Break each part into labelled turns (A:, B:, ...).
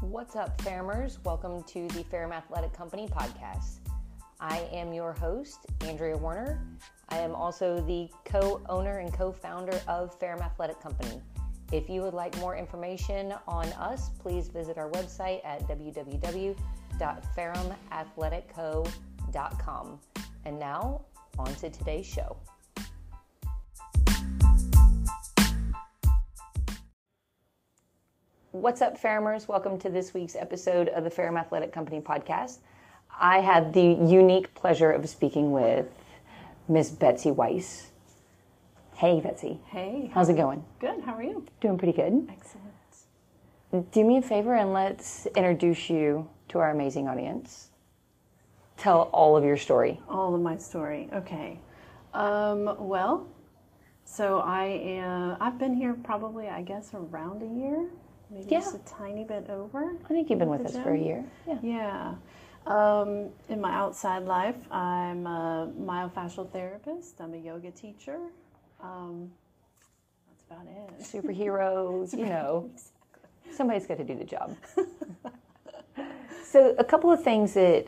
A: What's up, farmers? Welcome to the Ferrum Athletic Company podcast. I am your host, Andrea Warner. I am also the co owner and co founder of Ferrum Athletic Company. If you would like more information on us, please visit our website at www.ferrumathletico.com. And now, on to today's show. What's up, farmers? Welcome to this week's episode of the Ferrum Athletic Company podcast. I have the unique pleasure of speaking with Miss Betsy Weiss. Hey, Betsy.
B: Hey,
A: How's it going?
B: good. How are you?
A: Doing pretty good.
B: Excellent.
A: Do me a favor and let's introduce you to our amazing audience. Tell all of your story.
B: All of my story. Okay. Um, well, so I am. I've been here probably, I guess, around a year, maybe
A: Yeah.
B: just a tiny bit over.
A: I think you've been with us for a year. Yeah.
B: Yeah. Um, in my outside life, I'm a myofascial therapist. I'm a yoga teacher. Um, that's about it.
A: Superheroes, you know. Somebody's got to do the job. so, a couple of things that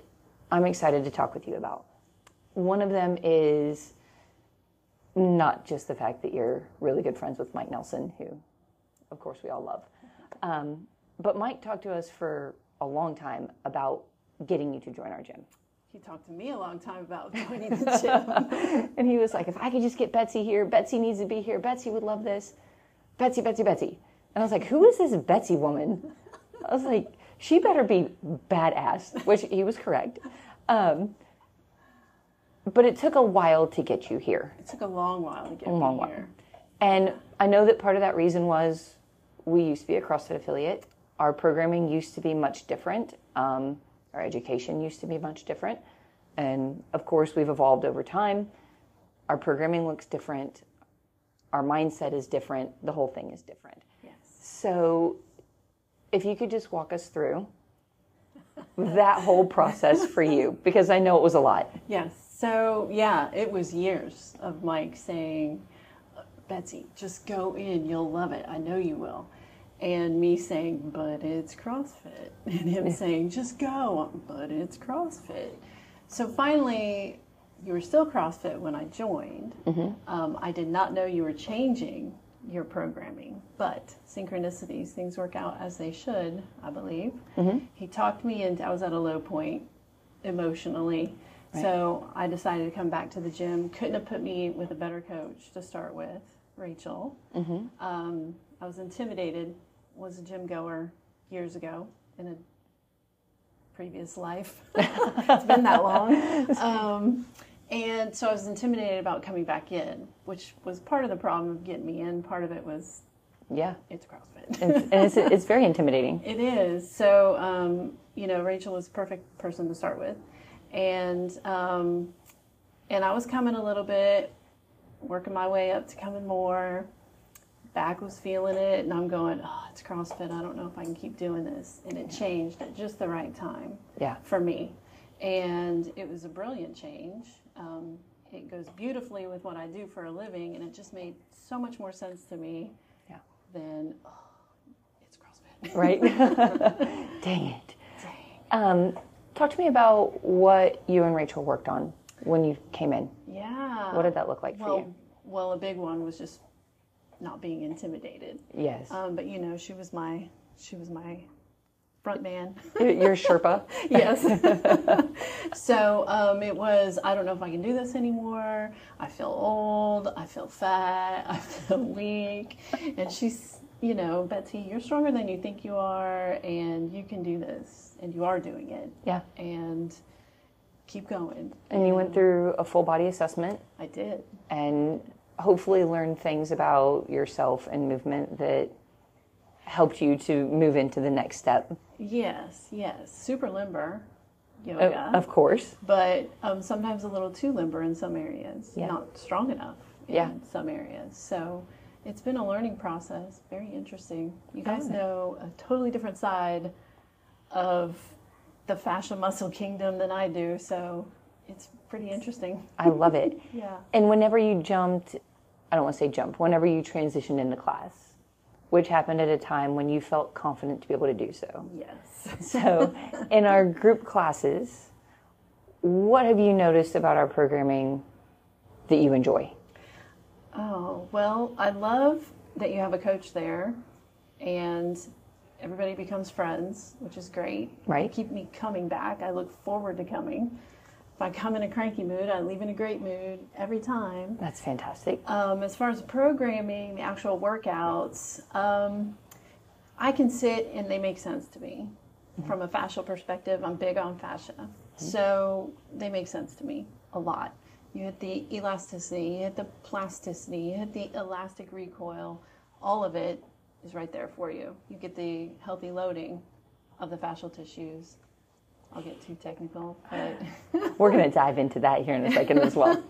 A: I'm excited to talk with you about. One of them is not just the fact that you're really good friends with Mike Nelson, who, of course, we all love. Um, but Mike talked to us for a long time about getting you to join our gym.
B: He talked to me a long time about joining the gym.
A: And he was like, if I could just get Betsy here, Betsy needs to be here. Betsy would love this. Betsy, Betsy, Betsy. And I was like, who is this Betsy woman? I was like, she better be badass, which he was correct. Um, but it took a while to get you here.
B: it took a long while to get
A: long
B: me
A: while.
B: here.
A: And I know that part of that reason was we used to be a CrossFit affiliate. Our programming used to be much different. Um, our education used to be much different. And of course, we've evolved over time. Our programming looks different. Our mindset is different. The whole thing is different.
B: Yes.
A: So, if you could just walk us through that whole process for you, because I know it was a lot.
B: Yes. So yeah, it was years of Mike saying, Betsy, just go in. You'll love it. I know you will. And me saying, but it's CrossFit. And him saying, just go, but it's CrossFit. So finally, you were still CrossFit when I joined. Um, I did not know you were changing your programming, but synchronicities, things work out as they should, I believe. He talked me into, I was at a low point emotionally. So I decided to come back to the gym. Couldn't have put me with a better coach to start with, Rachel. Um, I was intimidated, was a gym goer years ago in a previous life. it's been that long. Um, and so I was intimidated about coming back in, which was part of the problem of getting me in. Part of it was
A: Yeah.
B: it's CrossFit.
A: It's, and it's, it's very intimidating.
B: It is. So, um, you know, Rachel was the perfect person to start with. And um, and I was coming a little bit, working my way up to coming more. Back was feeling it, and I'm going, oh, it's CrossFit. I don't know if I can keep doing this. And it changed at just the right time
A: Yeah.
B: for me. And it was a brilliant change. Um, it goes beautifully with what I do for a living, and it just made so much more sense to me
A: Yeah.
B: than, oh, it's CrossFit.
A: right? Dang it. Um, talk to me about what you and Rachel worked on when you came in.
B: Yeah.
A: What did that look like for
B: well,
A: you?
B: well, a big one was just not being intimidated.
A: Yes.
B: Um, but you know, she was my she was my front man.
A: Your Sherpa.
B: yes. so um, it was. I don't know if I can do this anymore. I feel old. I feel fat. I feel weak. And she's, you know, Betsy, you're stronger than you think you are, and you can do this, and you are doing it,
A: Yeah.
B: and keep going.
A: And you went through a full body assessment
B: I did.
A: and hopefully learned things about yourself and movement that helped you to move into the next step,
B: Yes, yes, super limber
A: o-
B: yoga,
A: Oh, of course.
B: but um, sometimes a little too limber in some areas,
A: Yeah.
B: not strong enough in
A: Yeah.
B: some areas. So it's been a learning process, very interesting. You
A: Oh.
B: guys know a totally different side of the fascia muscle kingdom than I do, so it's pretty interesting.
A: I love it.
B: Yeah.
A: And whenever you jumped, I don't want to say jump, whenever you transitioned into class, which happened at a time when you felt confident to be able to do so.
B: Yes.
A: So, in our group classes, what have you noticed about our programming that you enjoy?
B: Oh, well, I love that you have a coach there and everybody becomes friends, which is great.
A: Right.
B: Keep me coming back. I look forward to coming. If I come in a cranky mood, I leave in a great mood every time.
A: That's fantastic.
B: Um, as far as programming, the actual workouts, um, I can sit and they make sense to me. From a fascial perspective, I'm big on fascia. So they make sense to me a lot. You hit the elasticity, you hit the plasticity, you hit the elastic recoil, all of it is right there for you. You get the healthy loading of the fascial tissues. I'll get too technical, but
A: We're going to dive into that here in a second as well.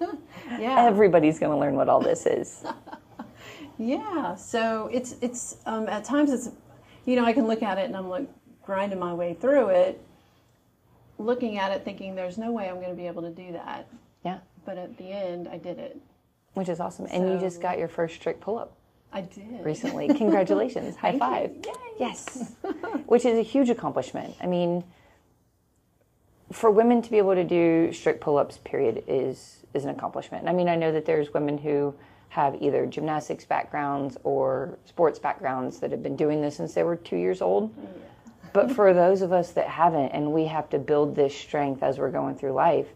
B: yeah.
A: Everybody's going to learn what all this is.
B: Yeah, so it's it's um, at times it's you know I can look at it and I'm like grinding my way through it, looking at it thinking there's no way I'm going to be able to do that,
A: Yeah,
B: but at the end I did it.
A: which is awesome. And you just
B: So-
A: got your first trick pull up
B: I did.
A: recently. Congratulations. High
B: Thank
A: five.
B: you. Yay.
A: Yes. Which is a huge accomplishment. I mean, for women to be able to do strict pull-ups period is is an accomplishment. I mean, I know that there's women who have either gymnastics backgrounds or sports backgrounds that have been doing this since they were 2 years old. But for those of us that haven't and we have to build this strength as we're going through life,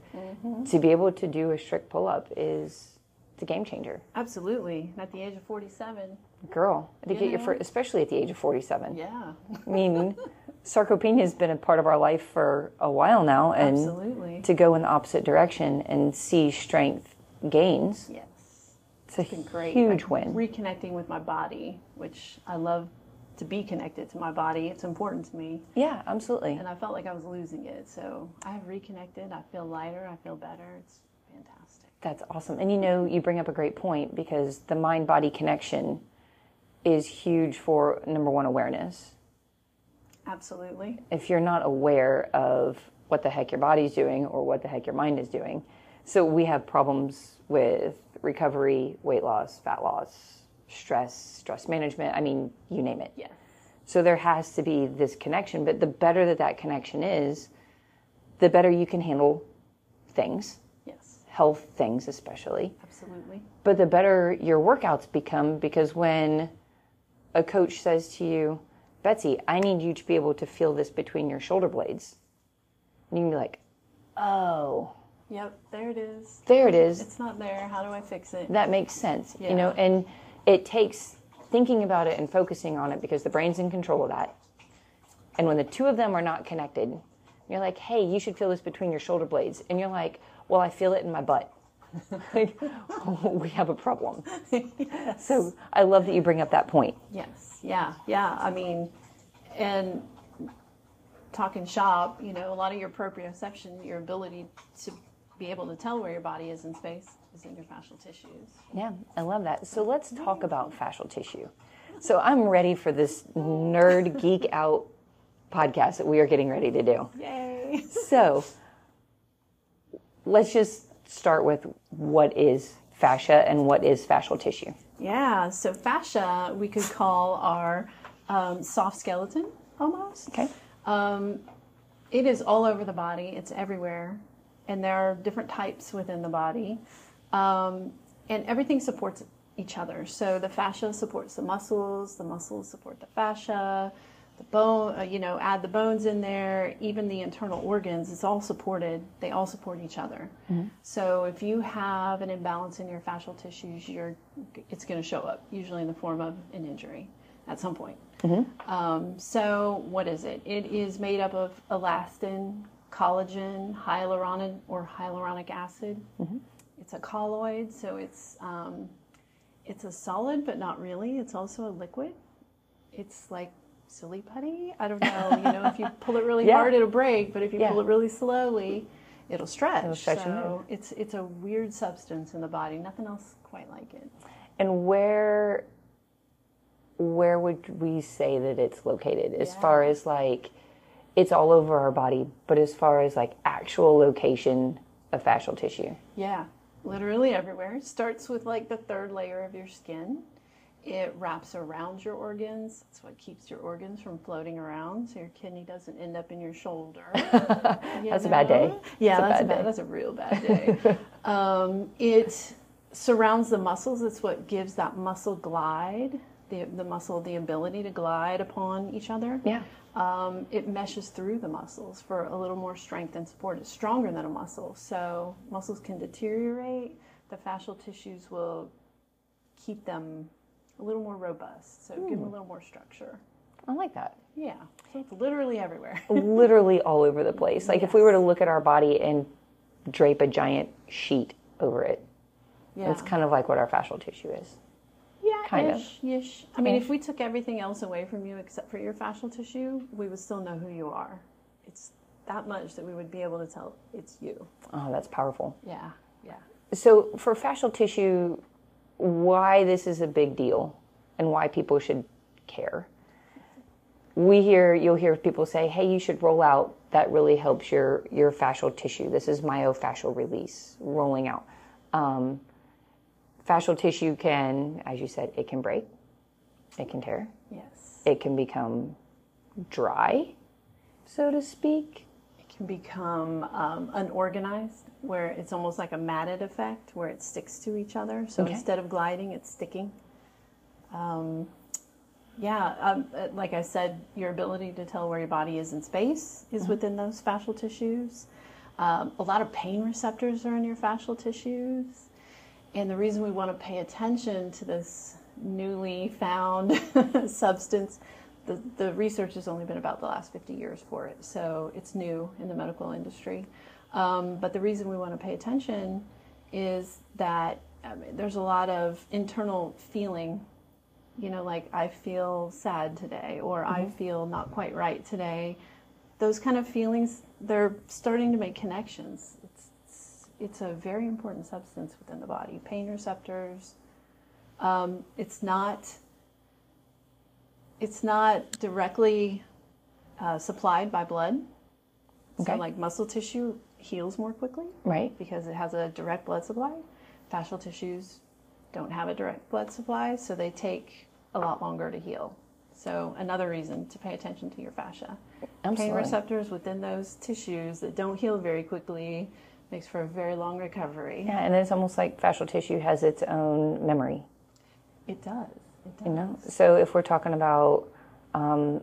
A: to be able to do a strict pull-up is it's a game changer.
B: Absolutely. At the age of 47.
A: Girl, to get your
B: know?
A: fir- especially at the age of 47.
B: Yeah.
A: I mean, sarcopenia has been a part of our life for a while now, and
B: Absolutely.
A: to go in the opposite direction and see strength gains,
B: Yes.
A: it's a
B: been great.
A: huge
B: Like,
A: win.
B: Reconnecting with my body, which I love to be connected to my body. It's important to me.
A: Yeah, absolutely.
B: and I felt like I was losing it. So I've reconnected. I feel lighter. I feel better. It's fantastic.
A: That's awesome. And you know, you bring up a great point because the mind body connection is huge for number one, awareness.
B: Absolutely.
A: if you're not aware of what the heck your body's doing or what the heck your mind is doing. So we have problems with recovery, weight loss, fat loss, stress, stress management, I mean, you name it.
B: Yes.
A: So there has to be this connection, but the better that that connection is, the better you can handle things,
B: Yes.
A: health things especially
B: Absolutely.
A: but the better your workouts become because when a coach says to you, Betsy, I need you to be able to feel this between your shoulder blades, and you can be like, oh,
B: Yep. There it is.
A: there it is.
B: It's not there. How do I fix it?
A: That makes sense, you
B: Yeah.
A: know, and it takes thinking about it and focusing on it because the brain's in control of that. And when the two of them are not connected, you're like, hey, you should feel this between your shoulder blades. And you're like, well, I feel it in my butt. like, we have a problem. So I love that you bring up that point.
B: Yes. Yeah. Yeah. I mean, and talking shop, you know, a lot of your proprioception, your ability to be able to tell where your body is in space is in your fascial tissues.
A: Yeah, I love that. So let's talk about fascial tissue. So I'm ready for this nerd geek out podcast that we are getting ready to do.
B: Yay.
A: So let's just start with what is fascia and what is fascial tissue.
B: Yeah, so fascia we could call our um, soft skeleton almost.
A: Okay.
B: It is all over the body, it's everywhere, and there are different types within the body. Um, and everything supports each other. So the fascia supports the muscles, the muscles support the fascia, the bone, uh, you know, add the bones in there, even the internal organs, it's all supported. They all support each other. So if you have an imbalance in your fascial tissues, you're, it's going to show up, usually in the form of an injury at some point. Um, so, what is it? It is made up of elastin, collagen, hyaluronin or hyaluronic acid.
A: Mm-hmm.
B: It's a colloid, so it's um, it's a solid, but not really. It's also a liquid. It's like silly putty. I don't know. You know, if you pull it really
A: Yeah.
B: hard, it'll break, but if you
A: Yeah.
B: pull it really slowly, it'll stretch.
A: stretch and
B: so it's it's a weird substance in the body. Nothing else quite like it.
A: And where where would we say that it's located as far as like it's all over our body, but as far as like actual location of fascial tissue.
B: Yeah, literally everywhere. It starts with like the third layer of your skin It wraps around your organs. That's what keeps your organs from floating around, so your kidney doesn't end up in your shoulder.
A: That's a bad day.
B: Yeah,
A: That's a
B: that's, a
A: bad
B: bad.
A: day.
B: That's a real bad day. um, it surrounds the muscles. It's what gives that muscle glide, the the muscle the ability to glide upon each other.
A: Yeah.
B: Um, it meshes through the muscles for a little more strength and support. It's stronger than a muscle, so muscles can deteriorate. The fascial tissues will keep them a little more robust, so give them a little more structure.
A: I like that.
B: Yeah, so it's literally everywhere.
A: Literally all over the place. Like if we were to look at our body and drape a giant sheet over it,
B: Yeah.
A: that's kind of like what our fascial tissue is.
B: Yeah,
A: Kind of.
B: ish, ish. I mean, if we took everything else away from you except for your fascial tissue, we would still know who you are. It's that much that we would be able to tell it's you.
A: Oh, that's powerful.
B: Yeah, yeah.
A: So, for fascial tissue, why this is a big deal and why people should care. We hear you'll hear people say, "Hey, you should roll out. That really helps your your fascial tissue. This is myofascial release, rolling out." Um, fascial tissue can, as you said, it can break, it can tear,
B: Yes.
A: it can become dry, so to speak.
B: It can become um, unorganized, where it's almost like a matted effect, where it sticks to each other. So
A: Okay.
B: instead of gliding, it's sticking. Yeah, um, uh, like I said, your ability to tell where your body is in space is within those fascial tissues. Um, a lot of pain receptors are in your fascial tissues. And the reason we want to pay attention to this newly found substance, the, the research has only been about the last 50 years for it, so it's new in the medical industry. Um, but the reason we want to pay attention is that I mean, there's a lot of internal feeling you know, like I feel sad today or I feel not quite right today. Those kind of feelings, they're starting to make connections. It's it's, it's a very important substance within the body. Pain receptors. Um, it's not. It's not directly uh, supplied by blood.
A: Okay.
B: So, like muscle tissue heals more quickly
A: Right?
B: because it has a direct blood supply. Fascial tissues don't have a direct blood supply, so they take a lot longer to heal. So another reason to pay attention to your fascia. Pain
A: Absolutely.
B: receptors within those tissues that don't heal very quickly makes for a very long recovery.
A: Yeah, and it's almost like fascial tissue has its own memory.
B: It does. It does.
A: You know, so if we're talking about um,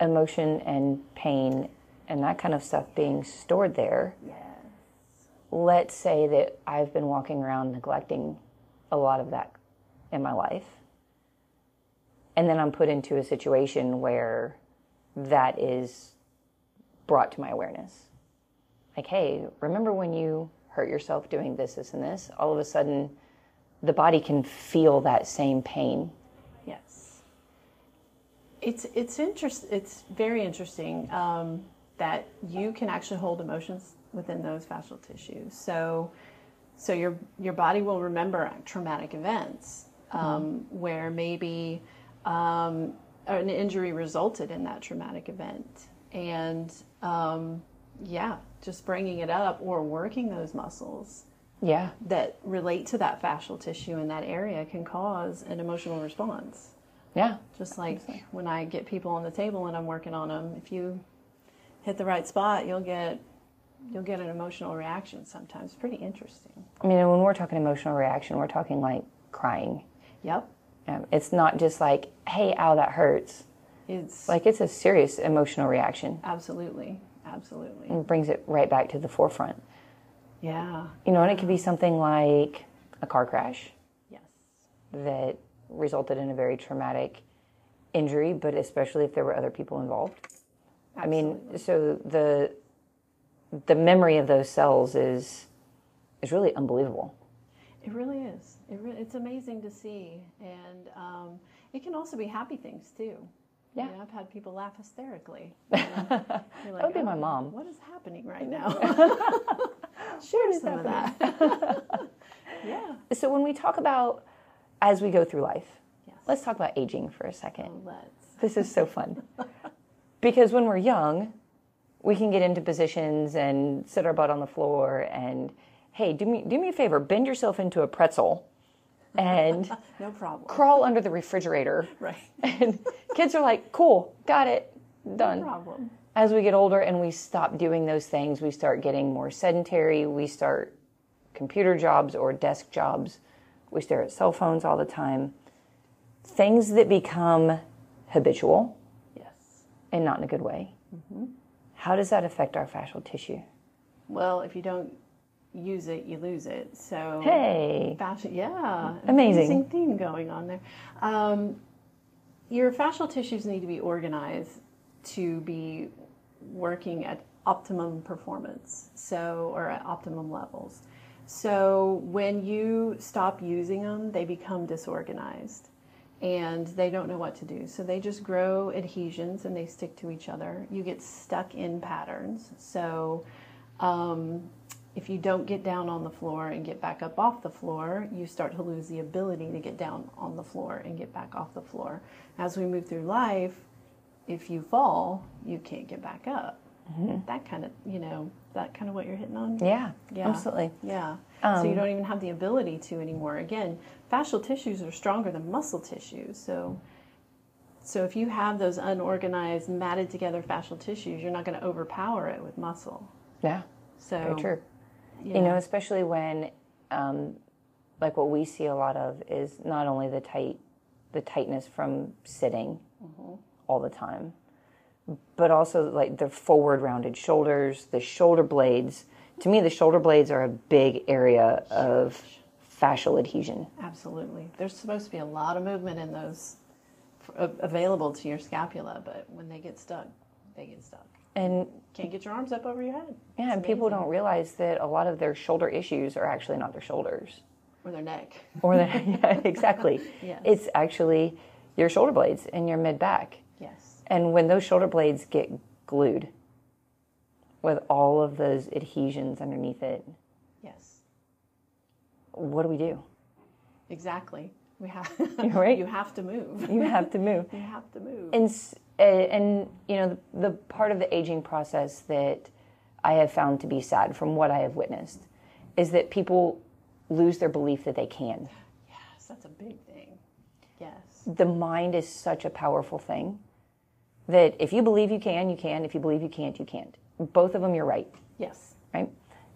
A: emotion and pain and that kind of stuff being stored there,
B: Yeah.
A: let's say that I've been walking around neglecting a lot of that in my life. And then I'm put into a situation where that is brought to my awareness. Like, hey, remember when you hurt yourself doing this, this, and this? All of a sudden, the body can feel that same pain.
B: Yes. It's it's interest it's very interesting um, that you can actually hold emotions within those fascial tissues. So so your your body will remember traumatic events um, where maybe um, an injury resulted in that traumatic event and um, yeah, just bringing it up or working those muscles
A: Yeah.
B: that relate to that fascial tissue in that area can cause an emotional response.
A: Yeah.
B: Just like when I get people on the table and I'm working on them, if you hit the right spot, you'll get you'll get an emotional reaction sometimes. Pretty interesting.
A: I mean, when we're talking emotional reaction, we're talking like crying.
B: Yep.
A: Um, it's not just like, hey, ow, that hurts.
B: It's
A: Like, it's a serious emotional reaction.
B: absolutely, absolutely.
A: and brings it right back to the forefront.
B: Yeah.
A: You know, and it could be something like a car crash
B: Yes.
A: that resulted in a very traumatic injury, but especially if there were other people involved. I mean, so the the memory of those cells is is really unbelievable.
B: It really is. It re- it's amazing to see, and um, it can also be happy things too.
A: Yeah.
B: You know, I've had people laugh hysterically. that
A: would be my mom.
B: "Oh, What is happening right now? Share some of that. yeah.
A: So when we talk about as we go through life,
B: Yes.
A: let's talk about aging for a second.
B: Let's.
A: This is so fun. because when we're young, we can get into positions and sit our butt on the floor and hey, do me do me a favor, bend yourself into a pretzel and
B: No problem.
A: crawl under the refrigerator.
B: Right.
A: And kids are like, cool, got it, done.
B: Problem.
A: As we get older and we stop doing those things, we start getting more sedentary. We start computer jobs or desk jobs. We stare at cell phones all the time. Things that become habitual
B: Yes.
A: and not in a good way. How does that affect our fascial tissue?
B: Well, if you don't use it, you lose it. So
A: Hey,
B: fashion. Yeah,
A: Amazing.
B: amazing theme going on there. Um, your fascial tissues need to be organized to be working at optimum performance, so or at optimum levels. So when you stop using them, they become disorganized, and they don't know what to do. So they just grow adhesions and they stick to each other. You get stuck in patterns. So um, if you don't get down on the floor and get back up off the floor, you start to lose the ability to get down on the floor and get back off the floor. As we move through life, if you fall, you can't get back up.
A: Mm-hmm.
B: That kind of, you know, that kind of what you're hitting on.
A: yeah,
B: Yeah.
A: absolutely.
B: Yeah. so
A: Um,
B: you don't even have the ability to anymore. Again, fascial tissues are stronger than muscle tissues. So so if you have those unorganized, matted together fascial tissues, you're not going to overpower it with muscle.
A: Yeah,
B: So
A: very true.
B: yeah.
A: You know, especially when, um, like what we see a lot of is not only the tight, the tightness from sitting
B: Mm-hmm.
A: all the time, but also like the forward rounded shoulders, the shoulder blades. To me, the shoulder blades are a big area of fascial adhesion.
B: Absolutely. There's supposed to be a lot of movement in those f- a- available to your scapula, but when they get stuck, they get stuck.
A: And
B: Can't get your arms up over your head
A: yeah, and people don't realize that a lot of their shoulder issues are actually not their shoulders.
B: or their neck.
A: Or that, yeah, exactly.
B: Yes.
A: It's actually your shoulder blades and your mid back.
B: Yes.
A: And when those shoulder blades get glued with all of those adhesions underneath it,
B: Yes.
A: what do we do?
B: Exactly. We have
A: right.
B: you have to move.
A: You have to move.
B: You have to move.
A: And s- uh, and you know the, the part of the aging process that I have found to be sad from what I have witnessed is that people lose their belief that they can.
B: Yes, that's a big thing. Yes.
A: The mind is such a powerful thing that if you believe you can, you can. If you believe you can't, you can't. Both of them, you're right.
B: Yes.
A: right?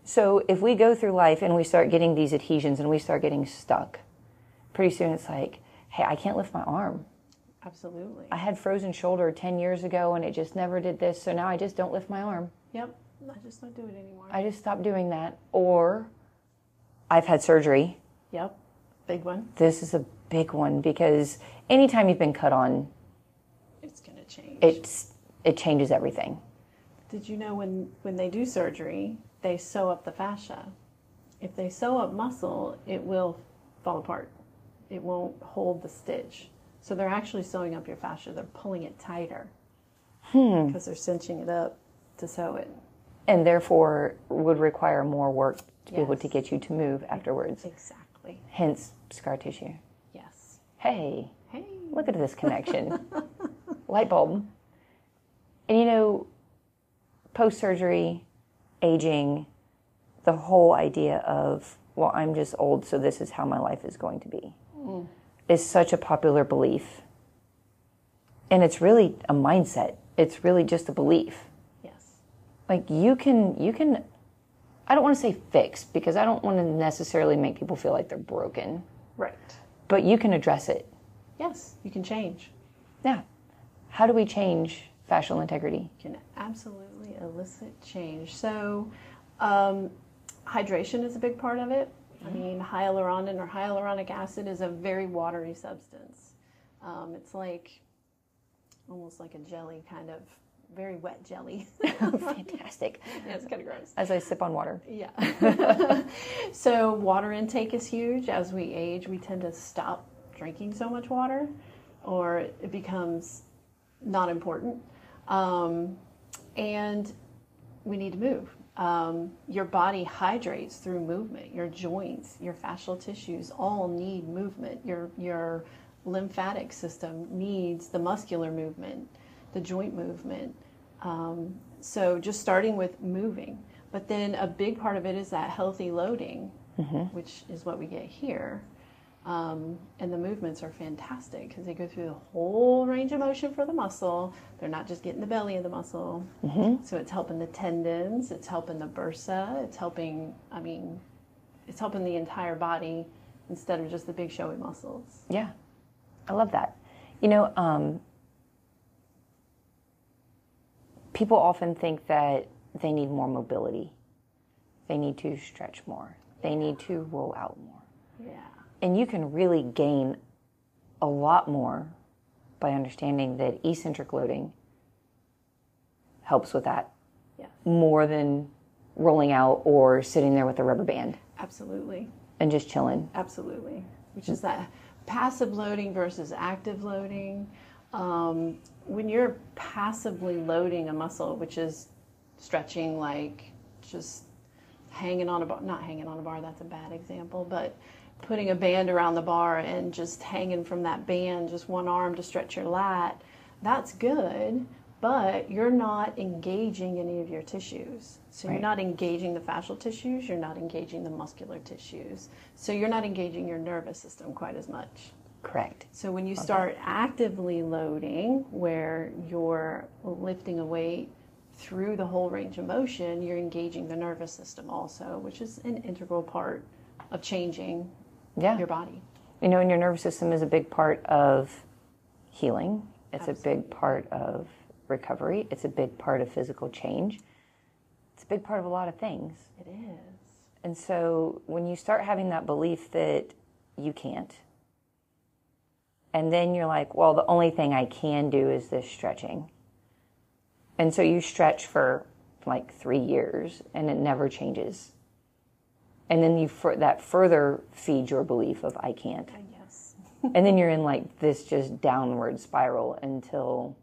A: So if we go through life and we start getting these adhesions and we start getting stuck, pretty soon it's like, hey, I can't lift my arm.
B: Absolutely.
A: I had frozen shoulder 10 years ago and it just never did this, so now I just don't lift my arm.
B: Yep. I just don't do it anymore.
A: I just stopped doing that. Or I've had surgery.
B: Yep. Big one.
A: This is a big one because anytime you've been cut on,
B: It's gonna change.
A: it's it changes everything.
B: Did you know when, when they do surgery, they sew up the fascia? If they sew up muscle, it will fall apart. It won't hold the stitch. So they're actually sewing up your fascia. They're pulling it tighter because they're cinching it up to sew it.
A: And therefore would require more work to be able
B: Yes.
A: to get you to move afterwards.
B: Exactly.
A: Hence scar tissue.
B: Yes.
A: Hey,
B: Hey.
A: Look at this connection. Light bulb. And you know, post surgery, aging, the whole idea of, well, I'm just old, so this is how my life is going to be, is such a popular belief. And it's really a mindset, it's really just a belief.
B: Yes.
A: Like you can, you can, I don't want to say fix because I don't want to necessarily make people feel like they're broken,
B: Right.
A: but you can address it.
B: Yes. You can change.
A: Yeah. How do we change fascial integrity?
B: can absolutely elicit change. So, um, hydration is a big part of it. I mean, hyaluronan or hyaluronic acid is a very watery substance. Um, it's like almost like a jelly, kind of very wet jelly. yeah,
A: Fantastic.
B: it's kind of gross.
A: As I sip on water.
B: Yeah. so water intake is huge. As we age, we tend to stop drinking so much water, or it becomes not important. Um, and we need to move. Um, your body hydrates through movement. Your joints, your fascial tissues all need movement. Your your lymphatic system needs the muscular movement, the joint movement. Um, so just starting with moving, but then a big part of it is that healthy loading, which is what we get here. Um, and the movements are fantastic because they go through the whole range of motion for the muscle. They're not just getting the belly of the muscle. So it's helping the tendons, it's helping the bursa, it's helping, I mean, it's helping the entire body instead of just the big showy muscles.
A: Yeah, I love that. You know, um, people often think that they need more mobility, they need to stretch more, they need to roll out more.
B: Yeah.
A: And you can really gain a lot more by understanding that eccentric loading helps with that
B: Yeah.
A: more than rolling out or sitting there with a rubber band
B: Absolutely.
A: and just chilling.
B: Absolutely. Which is that passive loading versus active loading. Um, when you're passively loading a muscle, which is stretching like just hanging on a bar, not hanging on a bar, that's a bad example, but putting a band around the bar and just hanging from that band, just one arm to stretch your lat, that's good, but you're not engaging any of your tissues. So you're
A: Right.
B: not engaging the fascial tissues, you're not engaging the muscular tissues. So you're not engaging your nervous system quite as much.
A: Correct.
B: So when you start actively loading, where you're lifting a weight through the whole range of motion, you're engaging the nervous system also, which is an integral part of changing
A: Yeah.
B: your body.
A: you know, and your nervous system is a big part of healing. It's a big part of recovery. It's a big part of physical change. It's a big part of a lot of things.
B: It is.
A: And so when you start having that belief that you can't, and then you're like, well, the only thing I can do is this stretching. And so you stretch for like three years and it never changes. And then you fur- that further feeds your belief of I can't.
B: I guess.
A: And then you're in like this just downward spiral until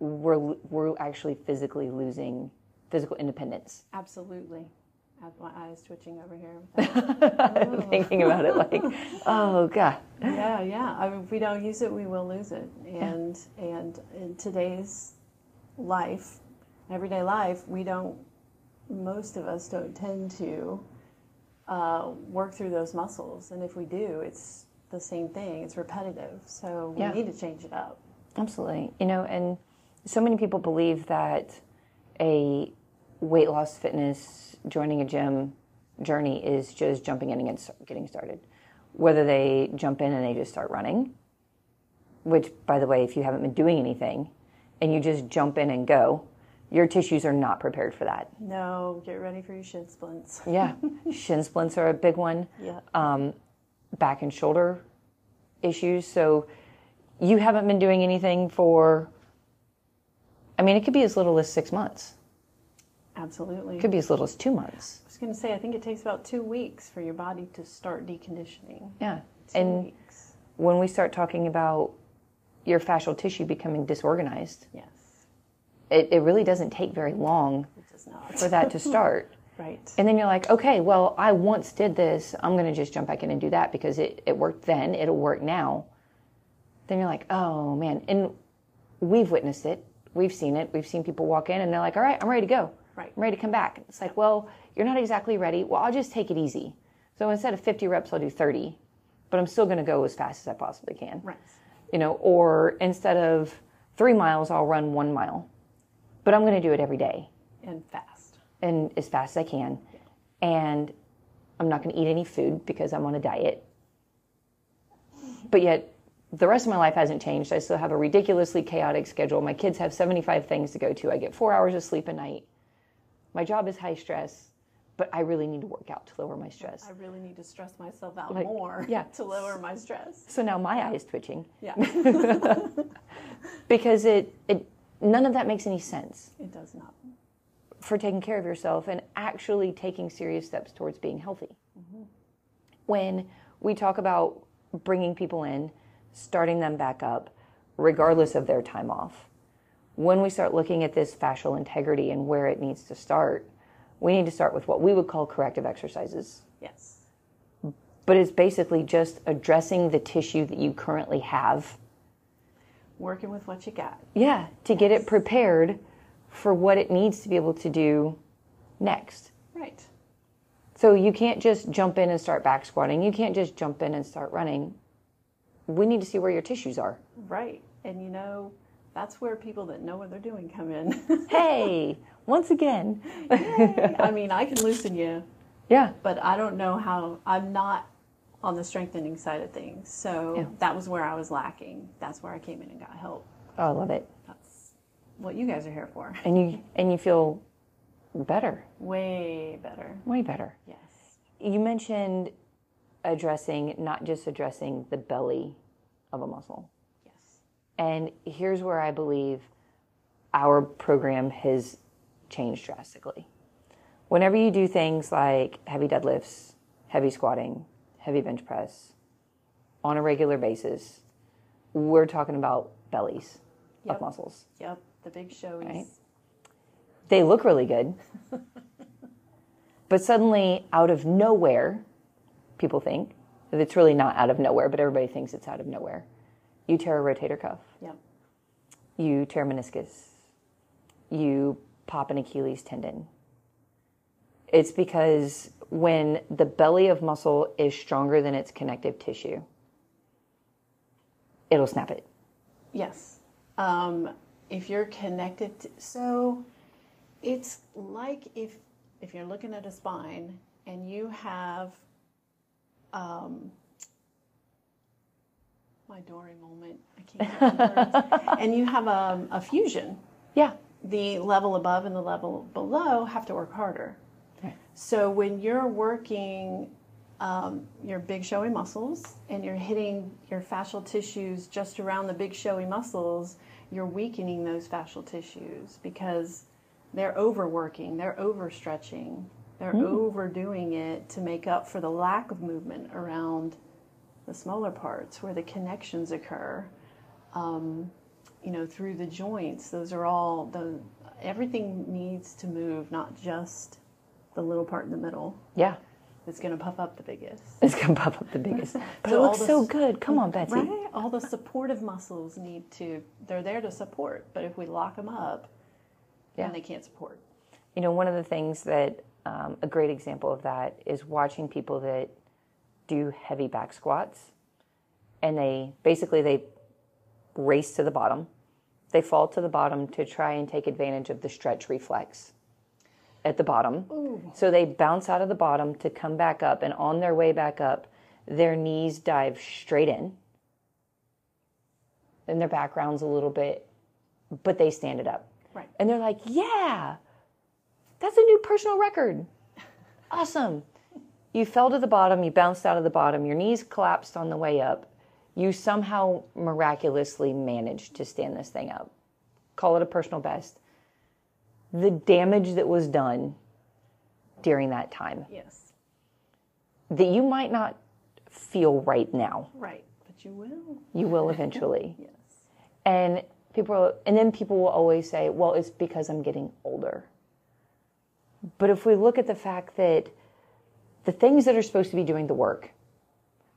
A: we're we're actually physically losing physical independence.
B: Absolutely. I have my eyes twitching over here.
A: Thinking about it like, oh god,
B: yeah, yeah. I mean, if we don't use it, we will lose it. And and in today's life, everyday life, we don't. Most of us don't tend to uh, work through those muscles, and if we do, it's the same thing. It's repetitive, so we
A: Yeah.
B: need to change it up.
A: absolutely. You know, and so many people believe that a weight loss fitness joining a gym journey is just jumping in and get- getting started. Whether they jump in and they just start running, which by the way if you haven't been doing anything and you just jump in and go your tissues are not prepared for that
B: No, get ready for your shin splints.
A: yeah shin splints are a big one
B: Yeah,
A: Um, back and shoulder issues so you haven't been doing anything for i mean it could be as little as six months
B: absolutely.
A: it could be as little as two months
B: I was going to say, I think it takes about two weeks for your body to start deconditioning.
A: yeah
B: Two
A: and
B: weeks.
A: when we start talking about your fascial tissue becoming disorganized
B: Yes,
A: it, it really doesn't take very long
B: it does not.
A: for that to start
B: Right.
A: And then you're like, okay, well, I once did this. I'm going to just jump back in and do that because it, it worked then. It'll work now. Then you're like, oh man. And we've witnessed it. We've seen it. We've seen people walk in and they're like, all right, I'm ready to go.
B: Right.
A: I'm ready to come back. It's like, well, you're not exactly ready. Well, I'll just take it easy. So instead of 50 reps, I'll do 30, but I'm still going to go as fast as I possibly can
B: Right.
A: you know, or instead of three miles, I'll run one mile, but I'm going to do it every day
B: And fast.
A: and as fast as I can. And I'm not going to eat any food because I'm on a diet. But yet, the rest of my life hasn't changed. I still have a ridiculously chaotic schedule. My kids have 75 things to go to. I get four hours of sleep a night. My job is high stress, but I really need to work out to lower my stress.
B: I really need to stress myself out more
A: yeah.
B: to lower my stress.
A: So now my eye is twitching
B: Yeah,
A: because it, it none of that makes any sense
B: it does not.
A: for taking care of yourself and actually taking serious steps towards being healthy. When we talk about bringing people in, starting them back up, regardless of their time off, when we start looking at this fascial integrity and where it needs to start, we need to start with what we would call corrective exercises.
B: Yes.
A: But it's basically just addressing the tissue that you currently have,
B: Working with what you got.
A: yeah, to get it prepared for what it needs to be able to do next.
B: Right.
A: So you can't just jump in and start back squatting. You can't just jump in and start running. We need to see where your tissues are.
B: Right. And you know, that's where people that know what they're doing come in.
A: Hey, once again.
B: I mean, I can loosen you,
A: Yeah.
B: but I don't know how, I'm not on the strengthening side of things. So
A: Yeah.
B: that was where I was lacking. That's where I came in and got help.
A: Oh, I love it.
B: That's what you guys are here for.
A: And you and you feel better,
B: Way better.
A: way better.
B: Yes.
A: You mentioned addressing not just addressing the belly of a muscle.
B: Yes.
A: And here's where I believe our program has changed drastically. Whenever you do things like heavy deadlifts, heavy squatting, heavy bench press on a regular basis, we're talking about bellies
B: Yep.
A: of muscles.
B: Yep. The big show is
A: Right. They look really good. but suddenly, out of nowhere, people think that it's really not out of nowhere, but everybody thinks it's out of nowhere. You tear a rotator cuff.
B: yep.
A: you tear meniscus, you pop an Achilles tendon. It's because when the belly of muscle is stronger than its connective tissue, it'll snap it.
B: Yes. Um, if you're connected, to, so it's like if if you're looking at a spine and you have, um, my Dory moment. I can't. think of the words. and you have um, a fusion.
A: Yeah.
B: The level above and the level below have to work harder. So when you're working um, your big showy muscles and you're hitting your fascial tissues just around the big showy muscles, you're weakening those fascial tissues because they're overworking, they're overstretching, they're overdoing it to make up for the lack of movement around the smaller parts where the connections occur um, you know through the joints those are all the everything needs to move not just the little part in the middle
A: Yeah.
B: that's going to puff up the biggest
A: It's going to pop up the biggest. But
B: So
A: it looks
B: all
A: so
B: this-
A: good. Come on, Betsy.
B: right all the supportive muscles need to they're there to support but if we lock them up
A: Yeah.
B: then they can't support
A: You know, one of the things that um, a great example of that is watching people that do heavy back squats, and they basically they race to the bottom. They fall to the bottom to try and take advantage of the stretch reflex at the bottom. So they bounce out of the bottom to come back up, and on their way back up, their knees dive straight in. Then their back rounds a little bit, but they stand it up.
B: right
A: And they're like, yeah, that's a new personal record. Awesome. You fell to the bottom, you bounced out of the bottom, your knees collapsed on the way up. You somehow miraculously managed to stand this thing up. Call it a personal best. The damage that was done during that time
B: yes
A: that you might not feel right now,
B: right but you will
A: you will eventually.
B: yes
A: And people, are- and then people will always say, "Well, it's because I'm getting older." But if we look at the fact that the things that are supposed to be doing the work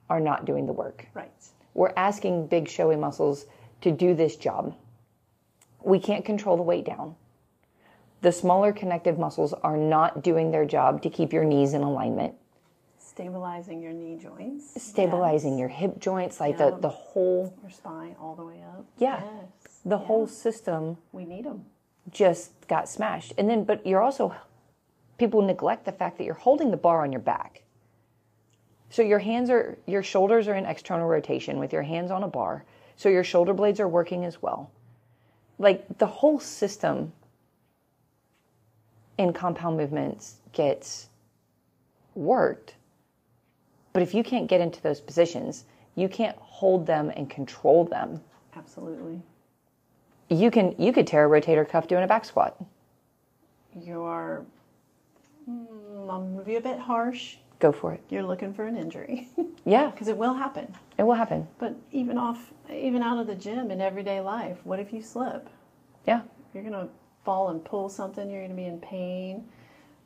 A: are not doing the work,
B: right
A: we're asking big showy muscles to do this job. We can't control the weight down. The smaller connective muscles are not doing their job to keep your knees in alignment,
B: stabilizing your knee joints
A: stabilizing your hip joints, like the,
B: Yeah.
A: the whole
B: your spine all the way up
A: Yeah.
B: yes
A: the whole system
B: we need them
A: just got smashed. And then, but you're also, people neglect the fact that you're holding the bar on your back. So your hands are, your shoulders are in external rotation with your hands on a bar. So your shoulder blades are working as well. Like the whole system in compound movements gets worked. But if you can't get into those positions, you can't hold them and control them
B: absolutely
A: you can you could tear a rotator cuff doing a back squat.
B: you're mm, I'm gonna be a bit harsh.
A: Go for it.
B: You're looking for an injury
A: Yeah,
B: because it will happen.
A: it will happen.
B: But even off, even out of the gym in everyday life, what if you slip?
A: Yeah,
B: You're gonna fall and pull something. You're gonna be in pain.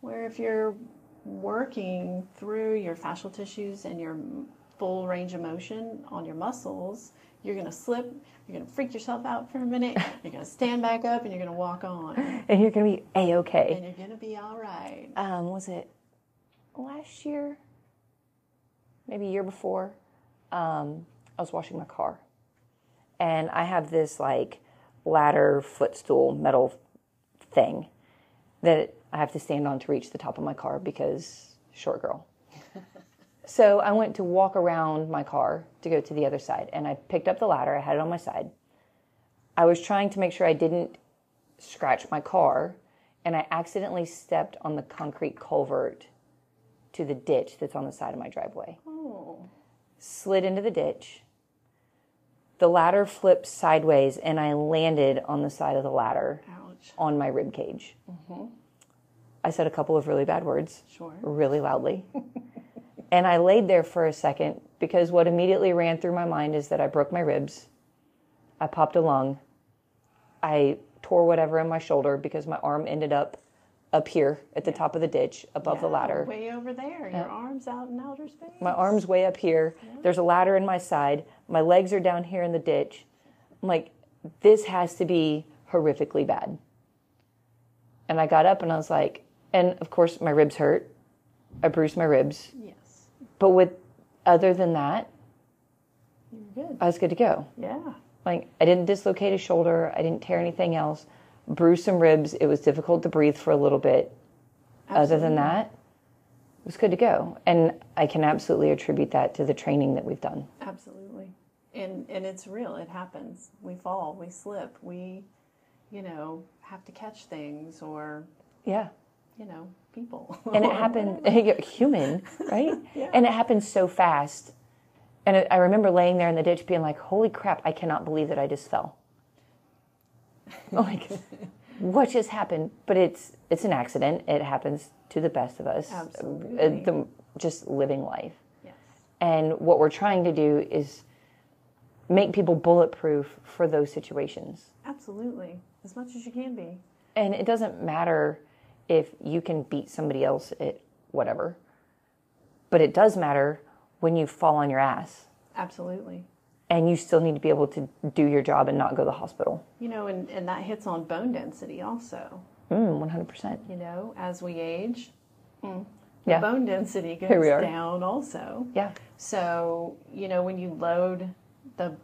B: Where if you're working through your fascial tissues and your m- full range of motion on your muscles, you're gonna slip. You're gonna freak yourself out for a minute. You're gonna stand back up and you're gonna walk on,
A: and you're gonna be a okay.
B: and you're gonna be all right.
A: Um, was it last year, maybe a year before, um, I was washing my car. And I have this like ladder, footstool, metal thing that I have to stand on to reach the top of my car because short girl. so I went to walk around my car to go to the other side. And I picked up the ladder, I had it on my side. I was trying to make sure I didn't scratch my car. And I accidentally stepped on the concrete culvert to the ditch that's on the side of my driveway. Oh, Slid into the ditch. The ladder flipped sideways, and I landed on the side of the ladder
B: Ouch.
A: on my rib cage. I said a couple of really bad words,
B: Sure.
A: really loudly. and I laid there for a second because what immediately ran through my mind is that I broke my ribs, I popped a lung, I tore whatever in my shoulder because my arm ended up up here at the top of the ditch above the
B: Yeah,
A: ladder.
B: Way over there. Your arms out in outer space.
A: My arm's way up here. There's a ladder in my side. My legs are down here in the ditch. I'm like, this has to be horrifically bad. And I got up and I was like, and of course, my ribs hurt. I bruised my ribs.
B: yes.
A: But with, other than that,
B: You're good.
A: I was good to go.
B: Yeah.
A: Like, I didn't dislocate a shoulder. I didn't tear anything else. Bruised some ribs. It was difficult to breathe for a little bit. Other than that, it was good to go. And I can absolutely attribute that to the training that we've done.
B: Absolutely. And and it's real. It happens. We fall, we slip, we you know, have to catch things or,
A: Yeah.
B: you know, people.
A: and it happened human right and it happened so fast and it, i remember laying there in the ditch being like holy crap i cannot believe that i just fell like what just happened but it's it's an accident it happens to the best of us uh,
B: Absolutely.
A: the, just living life
B: yes.
A: and what we're trying to do is make people bulletproof for those situations
B: Absolutely. As much as you can be.
A: and it doesn't matter if you can beat somebody else at whatever, but it does matter when you fall on your ass
B: Absolutely.
A: and you still need to be able to do your job and not go to the hospital.
B: You know, and, and that hits on bone density also.
A: Mm, 100%.
B: You know, as we age,
A: Mm. Yeah.
B: bone density goes
A: we are.
B: down also.
A: Yeah.
B: So, you know, when you load the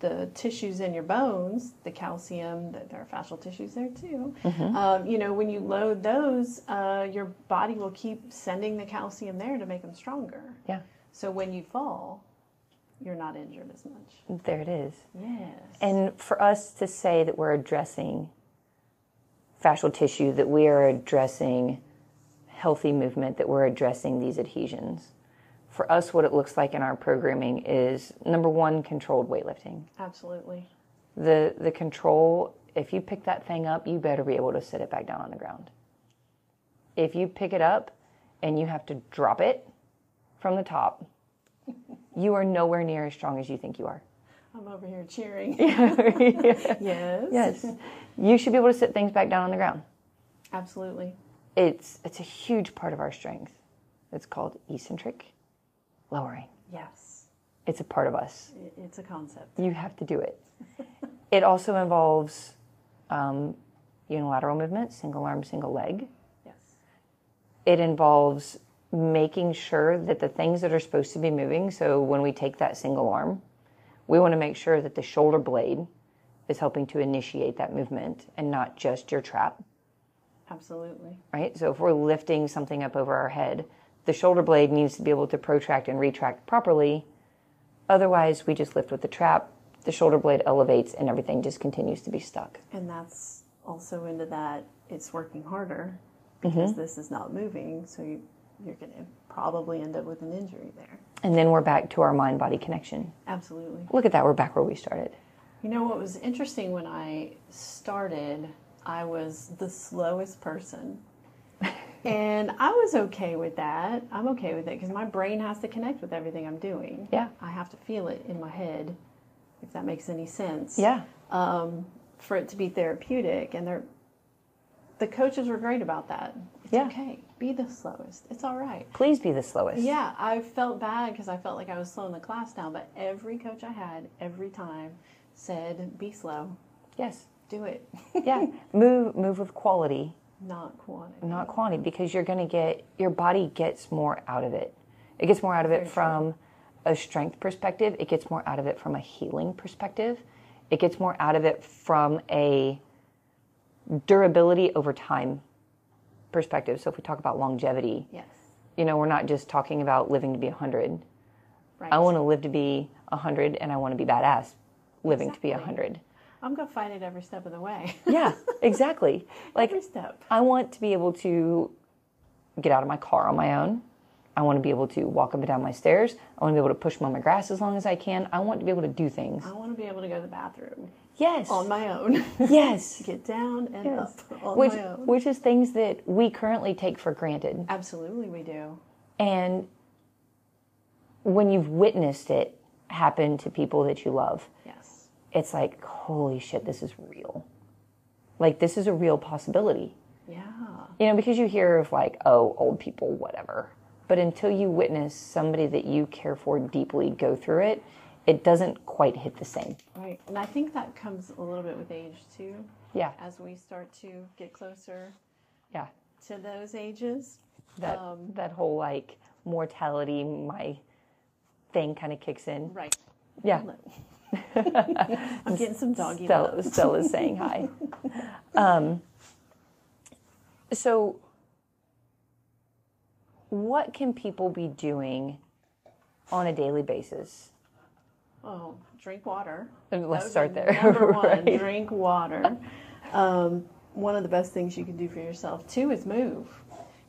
B: the tissues in your bones, the calcium, th- there are fascial tissues there too. Um, you know, when you load those, uh, your body will keep sending the calcium there to make them stronger.
A: Yeah.
B: So when you fall, you're not injured as much.
A: There it is.
B: Yes.
A: And for us to say that we're addressing fascial tissue, that we are addressing healthy movement, that we're addressing these adhesions, for us, what it looks like in our programming is number one, controlled weightlifting.
B: Absolutely.
A: the the control if you pick that thing up you better be able to sit it back down on the ground if you pick it up and you have to drop it from the top you are nowhere near as strong as you think you are
B: I'm over here cheering. yes.
A: yes you should be able to sit things back down on the ground
B: Absolutely.
A: it's it's a huge part of our strength it's called eccentric lowering
B: Yes.
A: it's a part of us
B: It, it's a concept.
A: you have to do it. it also involves um, unilateral movement, single arm, single leg.
B: Yes.
A: It involves making sure that the things that are supposed to be moving, so when we take that single arm, we want to make sure that the shoulder blade is helping to initiate that movement and not just your trap,
B: Absolutely.
A: right? So if we're lifting something up over our head, the shoulder blade needs to be able to protract and retract properly. Otherwise, we just lift with the trap, the shoulder blade elevates, and everything just continues to be stuck.
B: And that's also into that it's working harder because this is not moving, so you, you're going to probably end up with an injury there.
A: And then we're back to our mind body connection.
B: Absolutely.
A: Look at that, we're back where we started.
B: You know what was interesting when I started, I was the slowest person. and I was okay with that. I'm okay with it because my brain has to connect with everything I'm doing.
A: Yeah.
B: I have to feel it in my head, if that makes any sense.
A: Yeah.
B: for it to be therapeutic and they're the coaches were great about that it's
A: Yeah.
B: okay be the slowest it's all right
A: Please be the slowest.
B: yeah i felt bad because i felt like i was slowing the class down but every coach i had every time said be slow
A: Yes.
B: do it
A: Hmm. Yeah. move move with quality
B: not quantity.
A: not quantity because you're going to get your body gets more out of it it gets more out of it from a strength perspective it gets more out of it from a healing perspective it gets more out of it from a durability over time perspective so if we talk about longevity
B: Yes.
A: you know we're not just talking about living to be 100
B: Right.
A: i want to live to be 100 and i want to be badass living to be 100
B: I'm gonna fight it every step of the way.
A: yeah exactly like
B: every step.
A: I want to be able to get out of my car on my own. I want to be able to walk up and down my stairs. I want to be able to push my grass as long as I can. I want to be able to do things.
B: I want to be able to go to the bathroom
A: Yes.
B: on my own.
A: yes.
B: Get down and up on
A: Which
B: my own.
A: which is things that we currently take for granted.
B: Absolutely, we do.
A: And when you've witnessed it happen to people that you love,
B: Yes.
A: it's like, holy shit, this is real. Like this is a real possibility.
B: Yeah.
A: You know, because you hear of like, oh, old people, whatever. But until you witness somebody that you care for deeply go through it, it doesn't quite hit the same.
B: Right. And I think that comes a little bit with age too.
A: Yeah,
B: As we start to get closer
A: yeah.
B: to those ages,
A: That that whole like mortality, my thing kind of kicks in.
B: right?
A: Yeah.
B: I'm getting some doggy love.
A: Stella, Stella's saying hi. Um, so, what can people be doing on a daily basis?
B: Oh, drink water.
A: And Let's
B: That
A: start
B: would be
A: there.
B: Number one,
A: Right.
B: drink water. Um, one of the best things you can do for yourself too is move,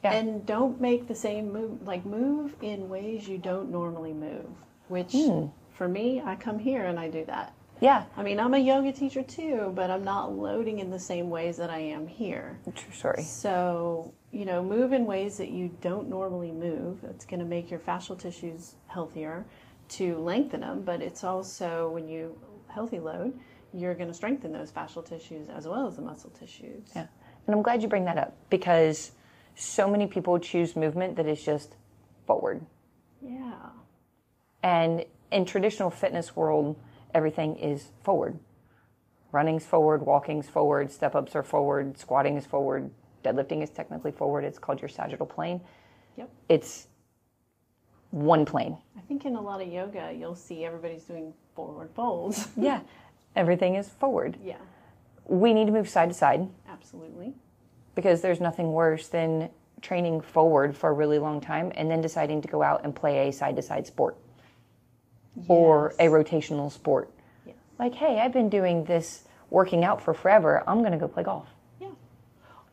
A: Yeah.
B: and don't make the same move. Like move in ways you don't normally move. Which
A: Hmm.
B: for me, I come here and I do that.
A: Yeah,
B: I mean, I'm a yoga teacher too, but I'm not loading in the same ways that I am here.
A: true story.
B: So, you know, move in ways that you don't normally move. That's going to make your fascial tissues healthier to lengthen them, but it's also when you healthy load, you're going to strengthen those fascial tissues as well as the muscle tissues.
A: Yeah. And I'm glad you bring that up because so many people choose movement that is just forward.
B: Yeah.
A: And in traditional fitness world, everything is forward. Running's forward, walking's forward, step ups are forward, squatting is forward, deadlifting is technically forward. It's called your sagittal plane.
B: Yep.
A: It's one plane.
B: I think in a lot of yoga, you'll see everybody's doing forward folds.
A: Yeah. Everything is forward.
B: yeah,
A: We need to move side to side
B: absolutely.
A: because there's nothing worse than training forward for a really long time and then deciding to go out and play a side to side sport. or a
B: Yes.
A: rotational sport.
B: Yes.
A: Like, hey, I've been doing this working out for forever. I'm going to go play golf.
B: yeah.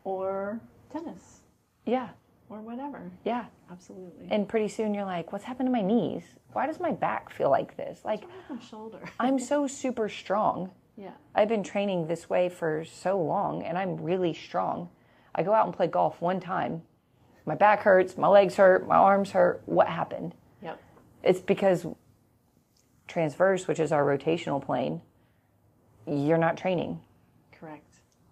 B: Or tennis
A: Yeah,
B: or whatever.
A: yeah.
B: Absolutely.
A: And pretty soon you're like, what's happened to my knees? Why does my back feel like this? Like,
B: My shoulder.
A: I'm so super strong.
B: yeah.
A: I've been training this way for so long and I'm really strong. I go out and play golf one time. My back hurts, my legs hurt, my arms hurt. What happened?
B: Yep.
A: It's because transverse, which is our rotational plane, you're not training.
B: Correct.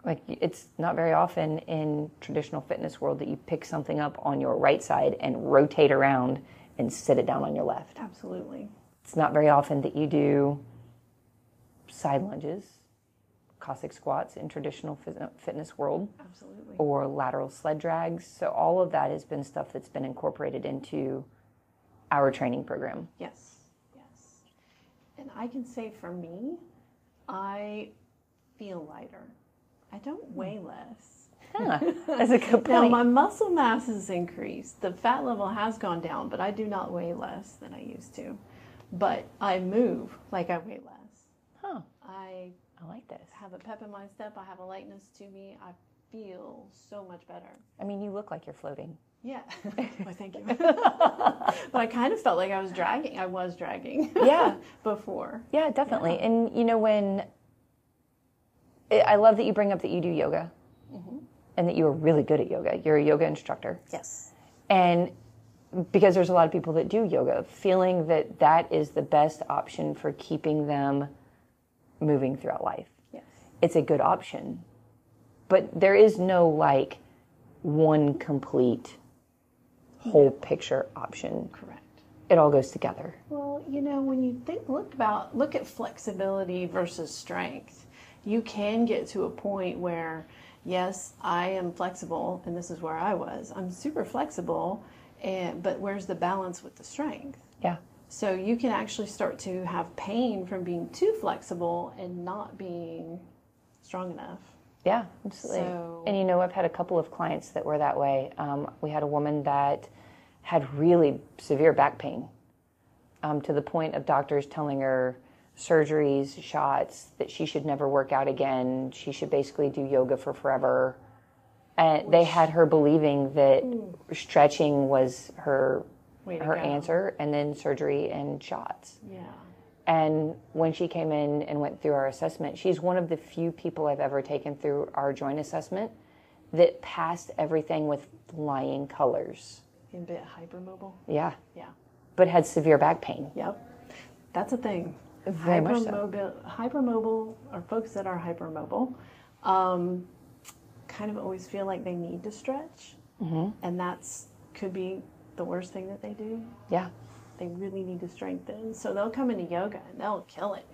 A: like it's not very often in traditional fitness world that you pick something up on your right side and rotate around and sit it down on your left
B: Absolutely.
A: it's not very often that you do side lunges cossack squats in traditional phys- fitness world
B: Absolutely.
A: or lateral sled drags so all of that has been stuff that's been incorporated into our training program
B: Yes. Yes. And I can say for me, I feel lighter. I don't weigh less.
A: huh, that's a good
B: Hmm. Now
A: point
B: my muscle mass has increased. The fat level has gone down, but I do not weigh less than I used to. But I move like I weigh less.
A: huh,
B: I
A: i like this
B: have a pep in my step. I have a lightness to me. I feel so much better.
A: i mean you look like you're floating
B: Yeah. well, thank you. but I kind of felt like I was dragging. I was dragging.
A: Yeah.
B: before.
A: Yeah, definitely. And you know when I I love that you bring up that you do yoga Mm-hmm. and that you are really good at yoga. You're a yoga instructor.
B: Yes.
A: And because there's a lot of people that do yoga, feeling that that is the best option for keeping them moving throughout life.
B: Yes.
A: It's a good option. But there is no like one complete whole picture option.
B: Correct.
A: It all goes together.
B: Well, you know, when you think look about look at flexibility versus strength, you can get to a point where yes, I am flexible, and this is where I was. I'm super flexible, and but where's the balance with the strength?
A: Yeah.
B: So you can actually start to have pain from being too flexible and not being strong enough.
A: Yeah, absolutely.
B: So-
A: And you know, I've had a couple of clients that were that way. Um, we had a woman that had really severe back pain um, to the point of doctors telling her surgeries, shots, that she should never work out again. She should basically do yoga for forever. And they had her believing that stretching was her
B: Hmm. Way to
A: her
B: go.
A: answer, and then surgery and shots.
B: Yeah.
A: And when she came in and went through our assessment, she's one of the few people I've ever taken through our joint assessment that passed everything with flying colors.
B: A bit hypermobile.
A: Yeah,
B: Yeah.
A: but had severe back pain.
B: Yep. That's a thing.
A: Very much so.
B: Hypermobi- Hypermobile, or folks that are hypermobile, um, kind of always feel like they need to stretch.
A: Mm-hmm.
B: And that's could be the worst thing that they do.
A: Yeah,
B: They really need to strengthen. So they'll come into yoga and they'll kill it.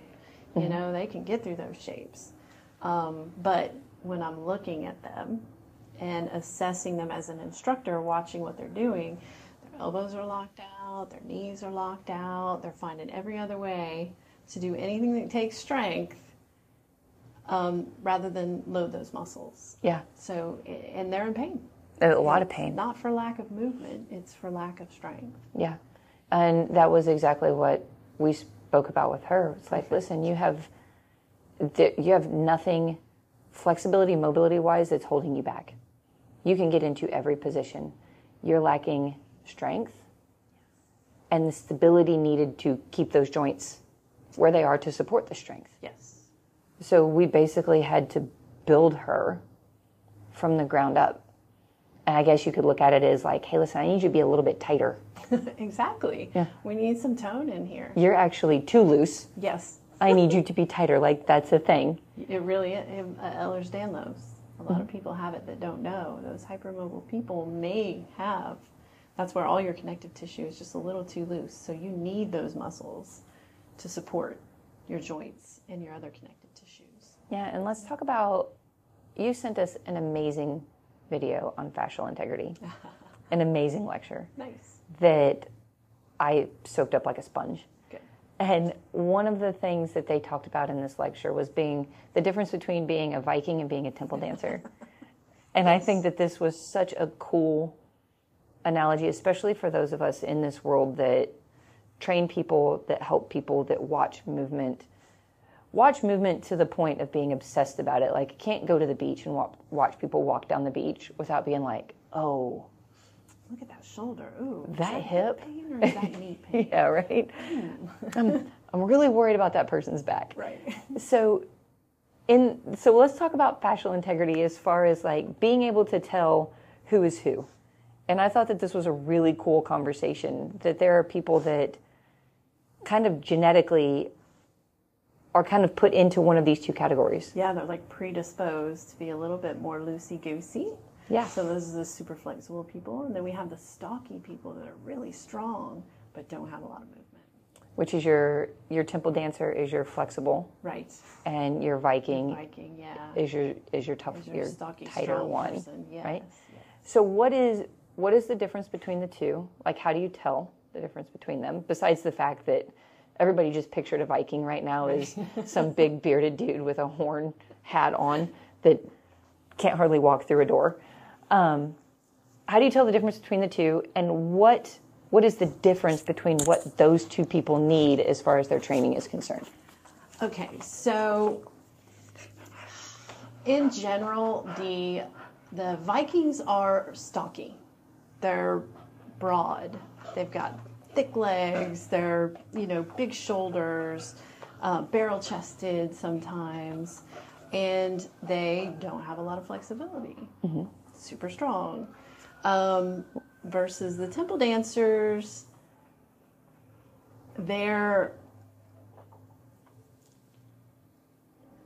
A: Mm-hmm.
B: You know, they can get through those shapes. Um, but when I'm looking at them and assessing them as an instructor, watching what they're doing, their elbows are locked out, their knees are locked out, they're finding every other way to do anything that takes strength um, rather than load those muscles.
A: yeah,
B: So, and they're in pain.
A: a lot of
B: It's
A: pain.
B: Not for lack of movement, it's for lack of strength.
A: Yeah. And that was exactly what we spoke about with her. It's like, listen, you have th- you have nothing flexibility mobility wise that's holding you back. You can get into every position. You're lacking strength and the stability needed to keep those joints where they are to support the strength.
B: Yes.
A: So we basically had to build her from the ground up. And I guess you could look at it as like, hey, listen, I need you to be a little bit tighter.
B: Exactly. We need some tone in here.
A: you're actually too loose.
B: Yes,
A: I need you to be tighter. Like that's a thing.
B: it really is. Uh, Ehlers-Danlos. A
A: Mm-hmm.
B: lot of people have it that don't know. Those hypermobile people may have. That's where all your connective tissue is just a little too loose. So you need those muscles to support your joints and your other connective tissues.
A: Yeah, and let's talk about you sent us an amazing video on fascial integrity. an amazing lecture
B: Nice.
A: that I soaked up like a sponge.
B: Good.
A: And one of the things that they talked about in this lecture was being the difference between being a Viking and being a temple dancer. and I think that this was such a cool analogy, especially for those of us in this world that train people, that help people, that watch movement. Watch movement to the point of being obsessed about it. Like, can't go to the beach and walk, watch people walk down the beach without being like, oh,
B: Look at that shoulder. Ooh. is
A: That hip.
B: Pain or is that knee pain?
A: yeah, right? I'm, I'm really worried about that person's back.
B: Right.
A: So, in so let's talk about facial integrity as far as like being able to tell who is who. And I thought that this was a really cool conversation that there are people that kind of genetically are kind of put into one of these two categories.
B: Yeah, they're like predisposed to be a little bit more loosey goosey.
A: Yeah.
B: So those are the super flexible people, and then we have the stocky people that are really strong but don't have a lot of movement.
A: Which is your your temple dancer is your flexible
B: Right.
A: and your Viking
B: Biking, yeah.
A: is your is your tough
B: They're
A: your
B: stocky,
A: tighter
B: strong
A: one.
B: person. Yes.
A: right? So what is what is the difference between the two? Like how do you tell the difference between them besides the fact that everybody just pictured a viking right now as some big bearded dude with a horn hat on that can't hardly walk through a door. Um, how do you tell the difference between the two and what what is the difference between what those two people need as far as their training is concerned?
B: Okay, so in general, the the Vikings are stocky. They're broad. They've got thick legs. They're you know big shoulders, uh, barrel chested sometimes, and they don't have a lot of flexibility. Super strong. Um, versus the temple dancers, they're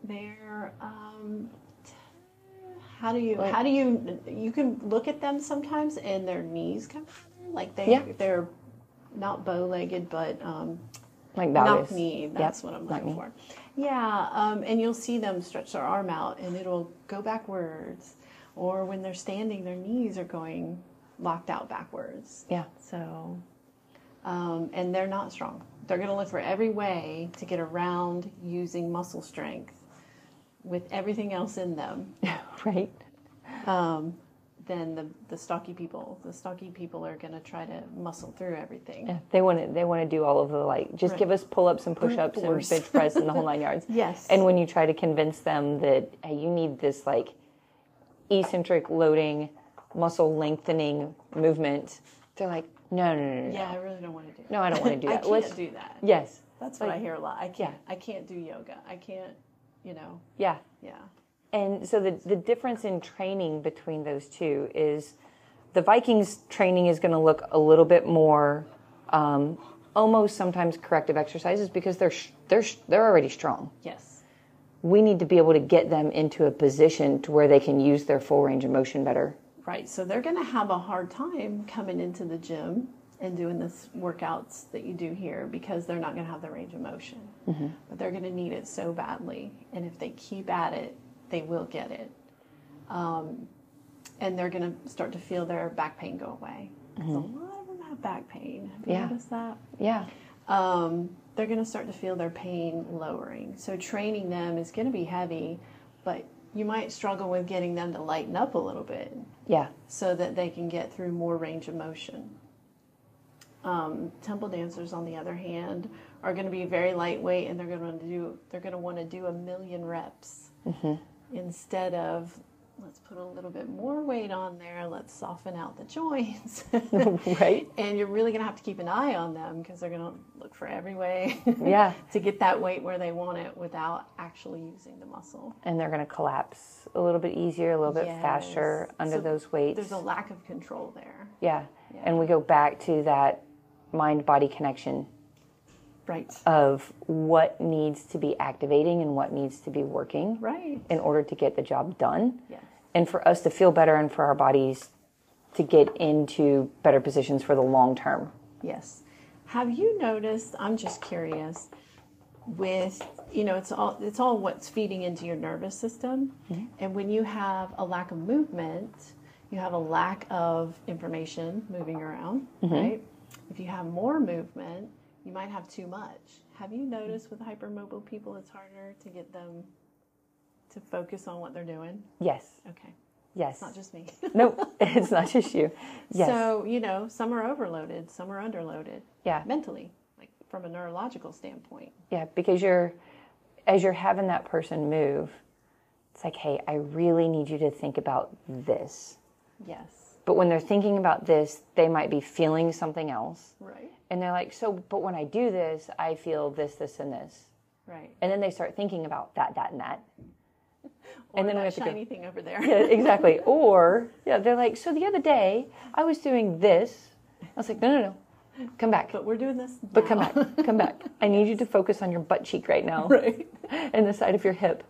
B: they're um, t- how do you how do you you can look at them sometimes and their knees come together like they
A: Yeah.
B: they're not bow legged but um,
A: Like
B: knock
A: Balgus.
B: knee.
A: Yep,
B: That's what I'm
A: knock
B: looking
A: knee.
B: for. Yeah, um, and you'll see them stretch their arm out, and it'll go backwards. Or when they're standing, their knees are going locked out backwards.
A: Yeah.
B: So, um, and they're not strong. They're going to look for every way to get around using muscle strength with everything else in them
A: Right.
B: than the, the stocky people. The stocky people are going to try to muscle through everything.
A: Yeah, They want to. They want to do all of the like. Just
B: Right.
A: give us pull ups and push ups and
B: force.
A: bench press and the whole nine yards.
B: Yes.
A: And when you try to convince them that hey, you need this like eccentric loading, muscle lengthening movement, they're like, no, no, no, no, no.
B: Yeah, I really don't want to do that.
A: No, I don't wanna do
B: I
A: that.
B: can't
A: Let's-
B: do that.
A: Yes.
B: That's what I hear a lot. I can't.
A: yeah.
B: I can't do yoga. I can't. You know.
A: Yeah.
B: Yeah.
A: And so the, the difference in training between those two is the Vikings training is going to look a little bit more um, almost sometimes corrective exercises because they're sh- they're sh- they're already strong.
B: Yes.
A: We need to be able to get them into a position to where they can use their full range of motion better.
B: Right. So they're going to have a hard time coming into the gym and doing this workouts that you do here because they're not going to have the range of motion.
A: Mm-hmm.
B: But they're going to need it so badly, and if they keep at it, they will get it. Um, and they're going to start to feel their back pain go away. 'Cause A lot of them have back pain. Have you
A: Mm-hmm. Yeah.
B: noticed that?
A: Yeah.
B: um, they're going to start to feel their pain lowering. So training them is going to be heavy, but you might struggle with getting them to lighten up a little bit
A: Yeah.
B: so that they can get through more range of motion. Um, temple dancers, on the other hand, are going to be very lightweight, and they're going to do they're going to want to do a million reps instead of let's put a little bit more weight on there. Let's soften out the joints,
A: Right.
B: and you're really going to have to keep an eye on them because they're going to look for every way
A: Yeah.
B: to get that weight where they want it without actually using the muscle.
A: And they're going to collapse a little bit easier, a little bit
B: Yes.
A: faster under
B: So
A: those weights.
B: There's a lack of control there.
A: yeah. And we go back to that mind body connection
B: Right.
A: of what needs to be activating and what needs to be working
B: Right.
A: in order to get the job done
B: Yes.
A: and for us to feel better and for our bodies to get into better positions for the long term.
B: Yes. Have you noticed? I'm just curious. With you know, it's all it's all what's feeding into your nervous system, and when you have a lack of movement, you have a lack of information moving around, right? If you have more movement, you might have too much. Have you noticed with hypermobile people, it's harder to get them to focus on what they're doing?
A: Yes.
B: Okay,
A: Yes.
B: not just me.
A: no, it's not just you. Yes.
B: So, you know, some are overloaded, some are underloaded.
A: Yeah.
B: Mentally, like from a neurological standpoint.
A: Yeah, because you're as you're having that person move, it's like, "Hey, I really need you to think about this."
B: Yes.
A: But when they're thinking about this, they might be feeling something else.
B: Right.
A: And they're like, "So, but when I do this, I feel this, this and this."
B: Right.
A: and then they start thinking about that, that, and that.
B: Or
A: then we
B: that
A: have to go-
B: shiny thing over there.
A: Yeah, exactly. Or yeah, they're like, so the other day I was doing this. I was like, no, no, no, come back,
B: But we're doing this.
A: but come back, come back. I need you to focus on your butt cheek right now
B: Right.
A: and the side of your hip.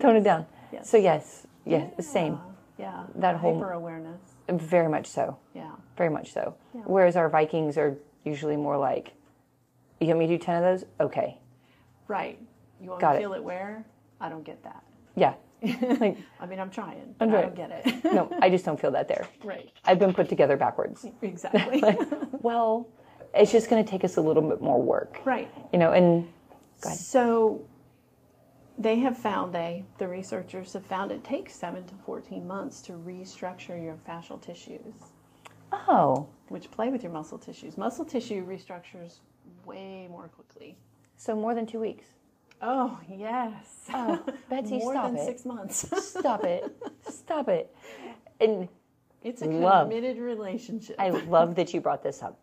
A: Tone it down.
B: Yes.
A: So yes, yes, the same,
B: Yeah.
A: That whole-
B: hyper awareness.
A: very much so,
B: Yeah.
A: very much so. Whereas our Vikings are usually more like, you want me to do ten of those? Okay,
B: Right. You want
A: Got
B: to
A: it.
B: feel it where? I don't get that.
A: yeah. like
B: I mean, I'm trying, but I
A: right.
B: don't get it.
A: no, I just don't feel that there.
B: right.
A: I've been put together backwards.
B: Exactly.
A: well, it's just going to take us a little bit more work,
B: right.
A: you know. And
B: So they have found they the researchers have found it takes 7 to 14 months to restructure your fascial tissues.
A: oh,
B: which play with your muscle tissues. Muscle tissue restructures way more quickly.
A: so more than two weeks.
B: Oh yes,
A: Oh, Betsy,
B: more
A: stop
B: than
A: it!
B: six months.
A: Stop it! Stop it! And
B: It's a
A: Love.
B: committed relationship.
A: I love that you brought this up.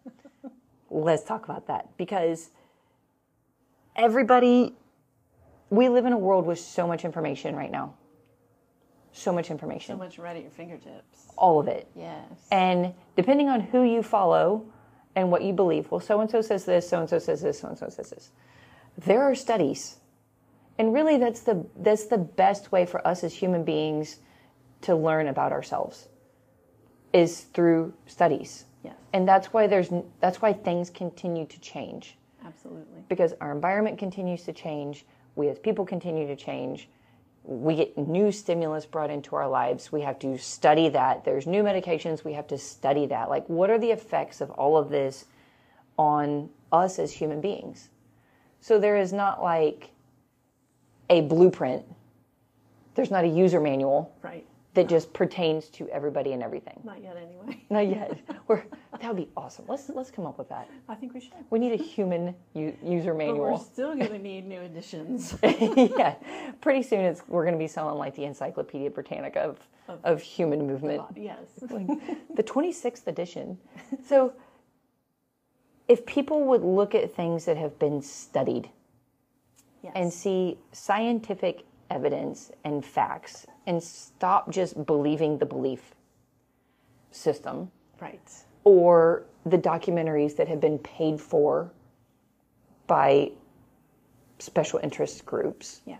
A: Let's talk about that because everybody, we live in a world with so much information right now. So much
B: so
A: information,
B: much right at your fingertips.
A: all of it.
B: Yes,
A: And depending on who you follow and what you believe, well, so and so says this, so and so says this, so and so says this. There are studies. And really that's the that's the best way for us as human beings to learn about ourselves is through studies.
B: yes,
A: And that's why there's that's why things continue to change
B: Absolutely.
A: because our environment continues to change. We as people continue to change. We get new stimulus brought into our lives. We have to study that. There's new medications. We have to study that. Like, what are the effects of all of this on us as human beings? So there is not like a blueprint. There's not a user manual
B: Right.
A: that just pertains to everybody and everything.
B: Not yet, anyway.
A: Not yet. We're, that would be awesome. Let's let's come up with that.
B: I think we should.
A: We need a human u- user
B: But
A: manual.
B: we're still going to need new additions.
A: yeah, pretty soon it's we're going to be selling like the Encyclopedia Britannica of of, human movement,
B: yes.
A: like the 26th edition. So, if people would look at things that have been studied
B: Yes.
A: and see scientific evidence and facts, and stop just believing the belief system
B: right.
A: or the documentaries that have been paid for by special interest groups
B: Yes.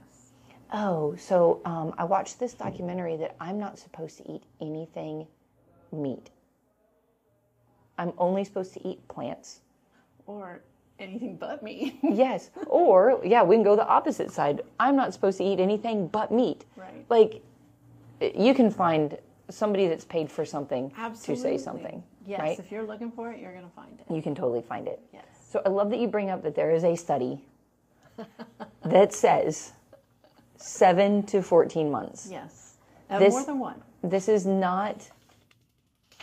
A: Oh, so um, I watched this documentary that I'm not supposed to eat anything meat. I'm only supposed to eat plants.
B: Or anything but me.
A: Yes. Or, yeah, we can go the opposite side. I'm not supposed to eat anything but meat.
B: Right.
A: Like, you can find somebody that's paid for something to say something.
B: Yes.
A: Right?
B: If you're looking for it, you're going to find it.
A: You can totally find it.
B: Yes.
A: So I love that you bring up that there is a study that says seven to 14 months.
B: Yes. And
A: This-
B: more than one.
A: this is not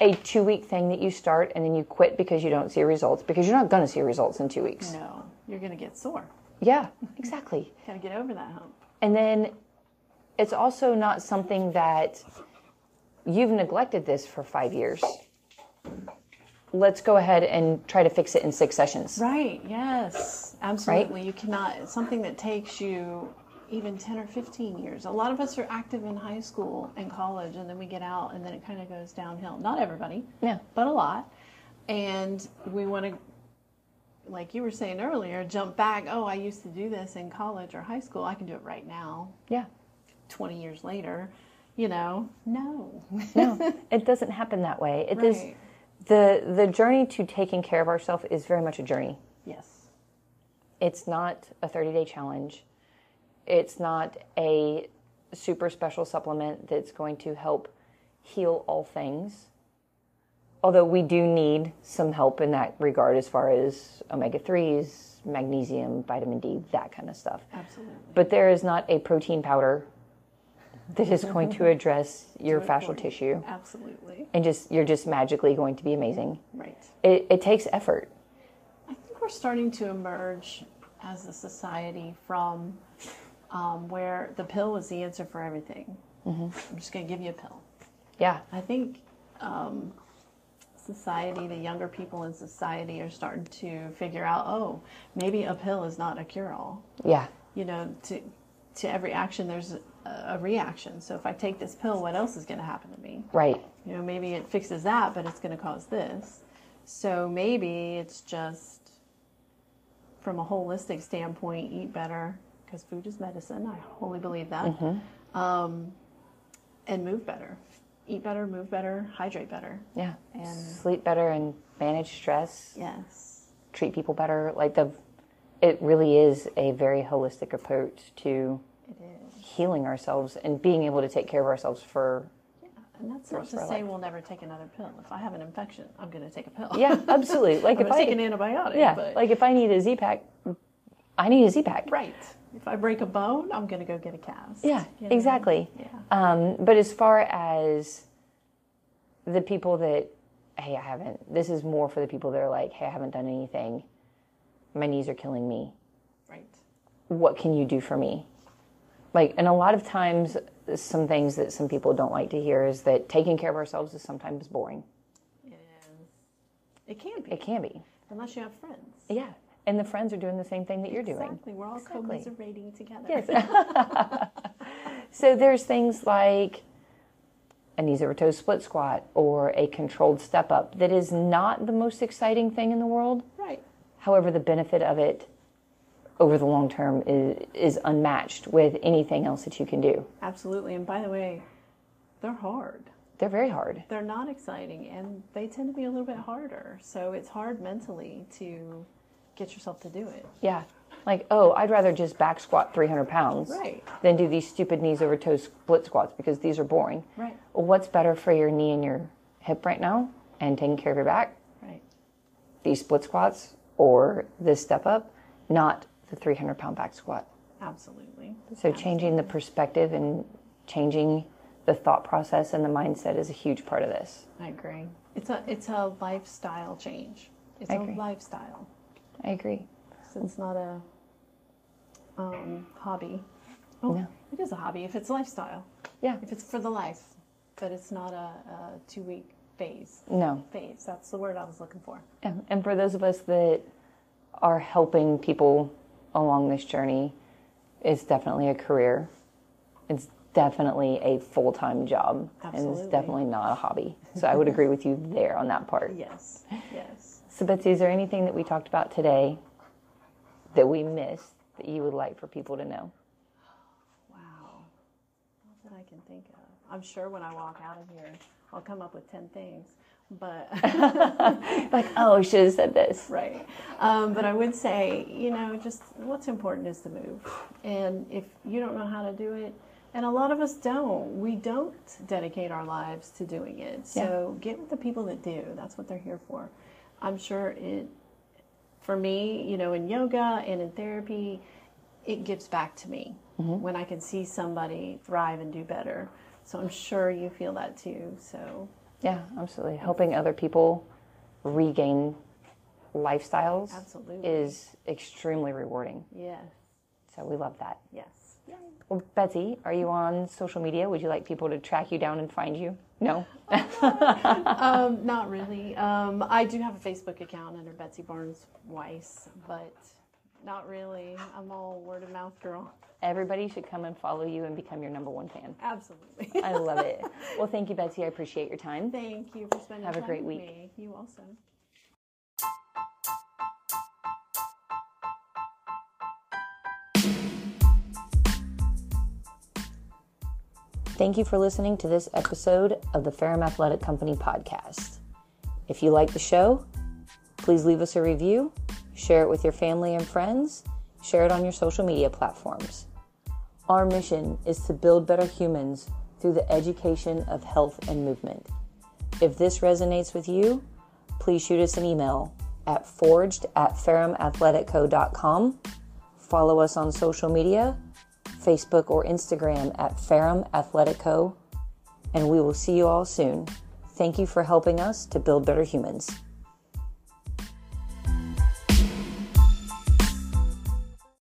A: a two week thing that you start and then you quit because you don't see results because you're not going to see results in two weeks.
B: No. You're going to get sore.
A: Yeah, exactly.
B: Got to get over that hump.
A: And then it's also not something that you've neglected this for five years. Let's go ahead and try to fix it in six sessions.
B: Right. Yes. Absolutely. You cannot. It's something that takes you even 10 or 15 years. A lot of us are active in high school and college, and then we get out, and then it kind of goes downhill. Not everybody.
A: Yeah.
B: But a lot. And we want to, like you were saying earlier, jump back. Oh, I used to do this in college or high school. I can do it right now,
A: Yeah.
B: 20 years later. You know, no.
A: No, it doesn't happen that way. It is
B: Right.
A: the the journey to taking care of ourselves is very much a journey.
B: Yes.
A: It's not a 30 day challenge. It's not a super special supplement that's going to help heal all things. Although we do need some help in that regard as far as omega 3s, magnesium, vitamin D, that kind of stuff.
B: Absolutely.
A: But there is not a protein powder that is going to address your
B: it for
A: fascial
B: you.
A: tissue
B: Absolutely.
A: and just you're just magically going to be amazing.
B: Right.
A: It, it takes effort.
B: I think we're starting to emerge as a society from um, where the pill was the answer for everything. I'm just going to give you a pill.
A: Yeah.
B: I think um, society, the younger people in society, are starting to figure out oh, maybe a pill is not a cure all
A: Yeah.
B: you know, to to every action there's a, a reaction. So if I take this pill, what else is going to happen to me?
A: Right.
B: You know, maybe it fixes that, but it's going to cause this. So maybe it's just from a holistic standpoint, eat better because food is medicine. I wholly believe that. Um,
A: Mm-hmm.
B: and move better, eat better, move better, hydrate better.
A: Yeah.
B: And-
A: Sleep better and manage stress,
B: Yes,
A: treat people better. Like the it really is a very holistic approach to
B: it is.
A: healing ourselves and being able to take care of ourselves for
B: And that's not
A: Works for
B: to say
A: life.
B: we'll never take another pill. If I have an infection, I'm going to take a pill.
A: Yeah, absolutely. Like
B: I'm
A: if
B: going to
A: I
B: take an antibiotic.
A: Yeah,
B: but...
A: like if I need a Z pack, I need a Z pack.
B: Right. If I break a bone, I'm going to go get a cast.
A: Yeah,
B: You know?
A: exactly.
B: Yeah.
A: Um, but as far as the people that, hey, I haven't, this is more for the people that are like, hey, I haven't done anything. My knees are killing me.
B: Right.
A: What can you do for me? Like, and a lot of times, some things that some people don't like to hear is that taking care of ourselves is sometimes boring.
B: It is. It can be,
A: It can be.
B: unless you have friends.
A: Yeah. And the friends are doing the same thing that you're doing.
B: Exactly. We're all commiserating together.
A: So there's things like an easy toe split squat or a controlled step up that is not the most exciting thing in the world.
B: Right.
A: However, the benefit of it over the long term is, is unmatched with anything else that you can do.
B: Absolutely. And by the way, they're hard.
A: They're very hard.
B: They're not exciting, and they tend to be a little bit harder. So it's hard mentally to get yourself to do it.
A: Yeah. Like, oh, I'd rather just back squat 300 pounds
B: Right.
A: than do these stupid knees over toes split squats because these are boring.
B: Right.
A: Well, what's better for your knee and your hip right now and taking care of your back?
B: Right.
A: These split squats or this step up, not the 300 pound back squat.
B: Absolutely.
A: So, changing the perspective and changing the thought process and the mindset is a huge part of this.
B: I agree. It's a it's a lifestyle change. It's
A: I
B: a
A: agree.
B: lifestyle.
A: I agree.
B: So it's not a um, hobby. Oh,
A: No.
B: It is a hobby if it's lifestyle.
A: Yeah.
B: If it's for the life, but it's not a, a two week phase.
A: No.
B: Phase. That's the word I was looking for.
A: Yeah, And for those of us that are helping people along this journey, it's definitely a career. It's definitely a full time job. And
B: Absolutely.
A: it's definitely not a hobby. So I would agree with you there on that part.
B: Yes. Yes.
A: So, Betsy, is there anything that we talked about today that we missed that you would like for people to know?
B: Wow. Not that I can think of. I'm sure when I walk out of here, I'll come up with ten things. But
A: Like, oh, I should have said this.
B: right. Um, but I would say, you know, just what's important is the move. And if you don't know how to do it, and a lot of us don't, we don't dedicate our lives to doing it. So get with the people that do. That's what they're here for. I'm sure it, for me, you know, in yoga and in therapy, it gives back to me when I can see somebody thrive and do better. So I'm sure you feel that too. So
A: Yeah, absolutely. Helping other people regain lifestyles
B: Absolutely.
A: is extremely rewarding.
B: yes,
A: So we love that.
B: yes.
A: Well, Betsy, are you on social media? Would you like people to track you down and find you? No.
B: Um, not really. Um, I do have a Facebook account under Betsy Barnes Weiss, but not really. I'm all word of mouth girl.
A: Everybody should come and follow you and become your number one fan.
B: Absolutely.
A: I love it. well, thank you, Betsy. I appreciate your time.
B: Thank you for spending
A: Have a
B: time
A: great
B: with
A: week.
B: me. You also.
A: Thank you for listening to this episode of the Ferrum Athletic Company podcast. If you like the show, please leave us a review, share it with your family and friends, share it on your social media platforms. Our mission is to build better humans through the education of health and movement. If this resonates with you, please shoot us an email at forged at ferrumathletico.com. Follow us on social media, Facebook or Instagram at Ferrum Athletic Co. And we will see you all soon. Thank you for helping us to build better humans.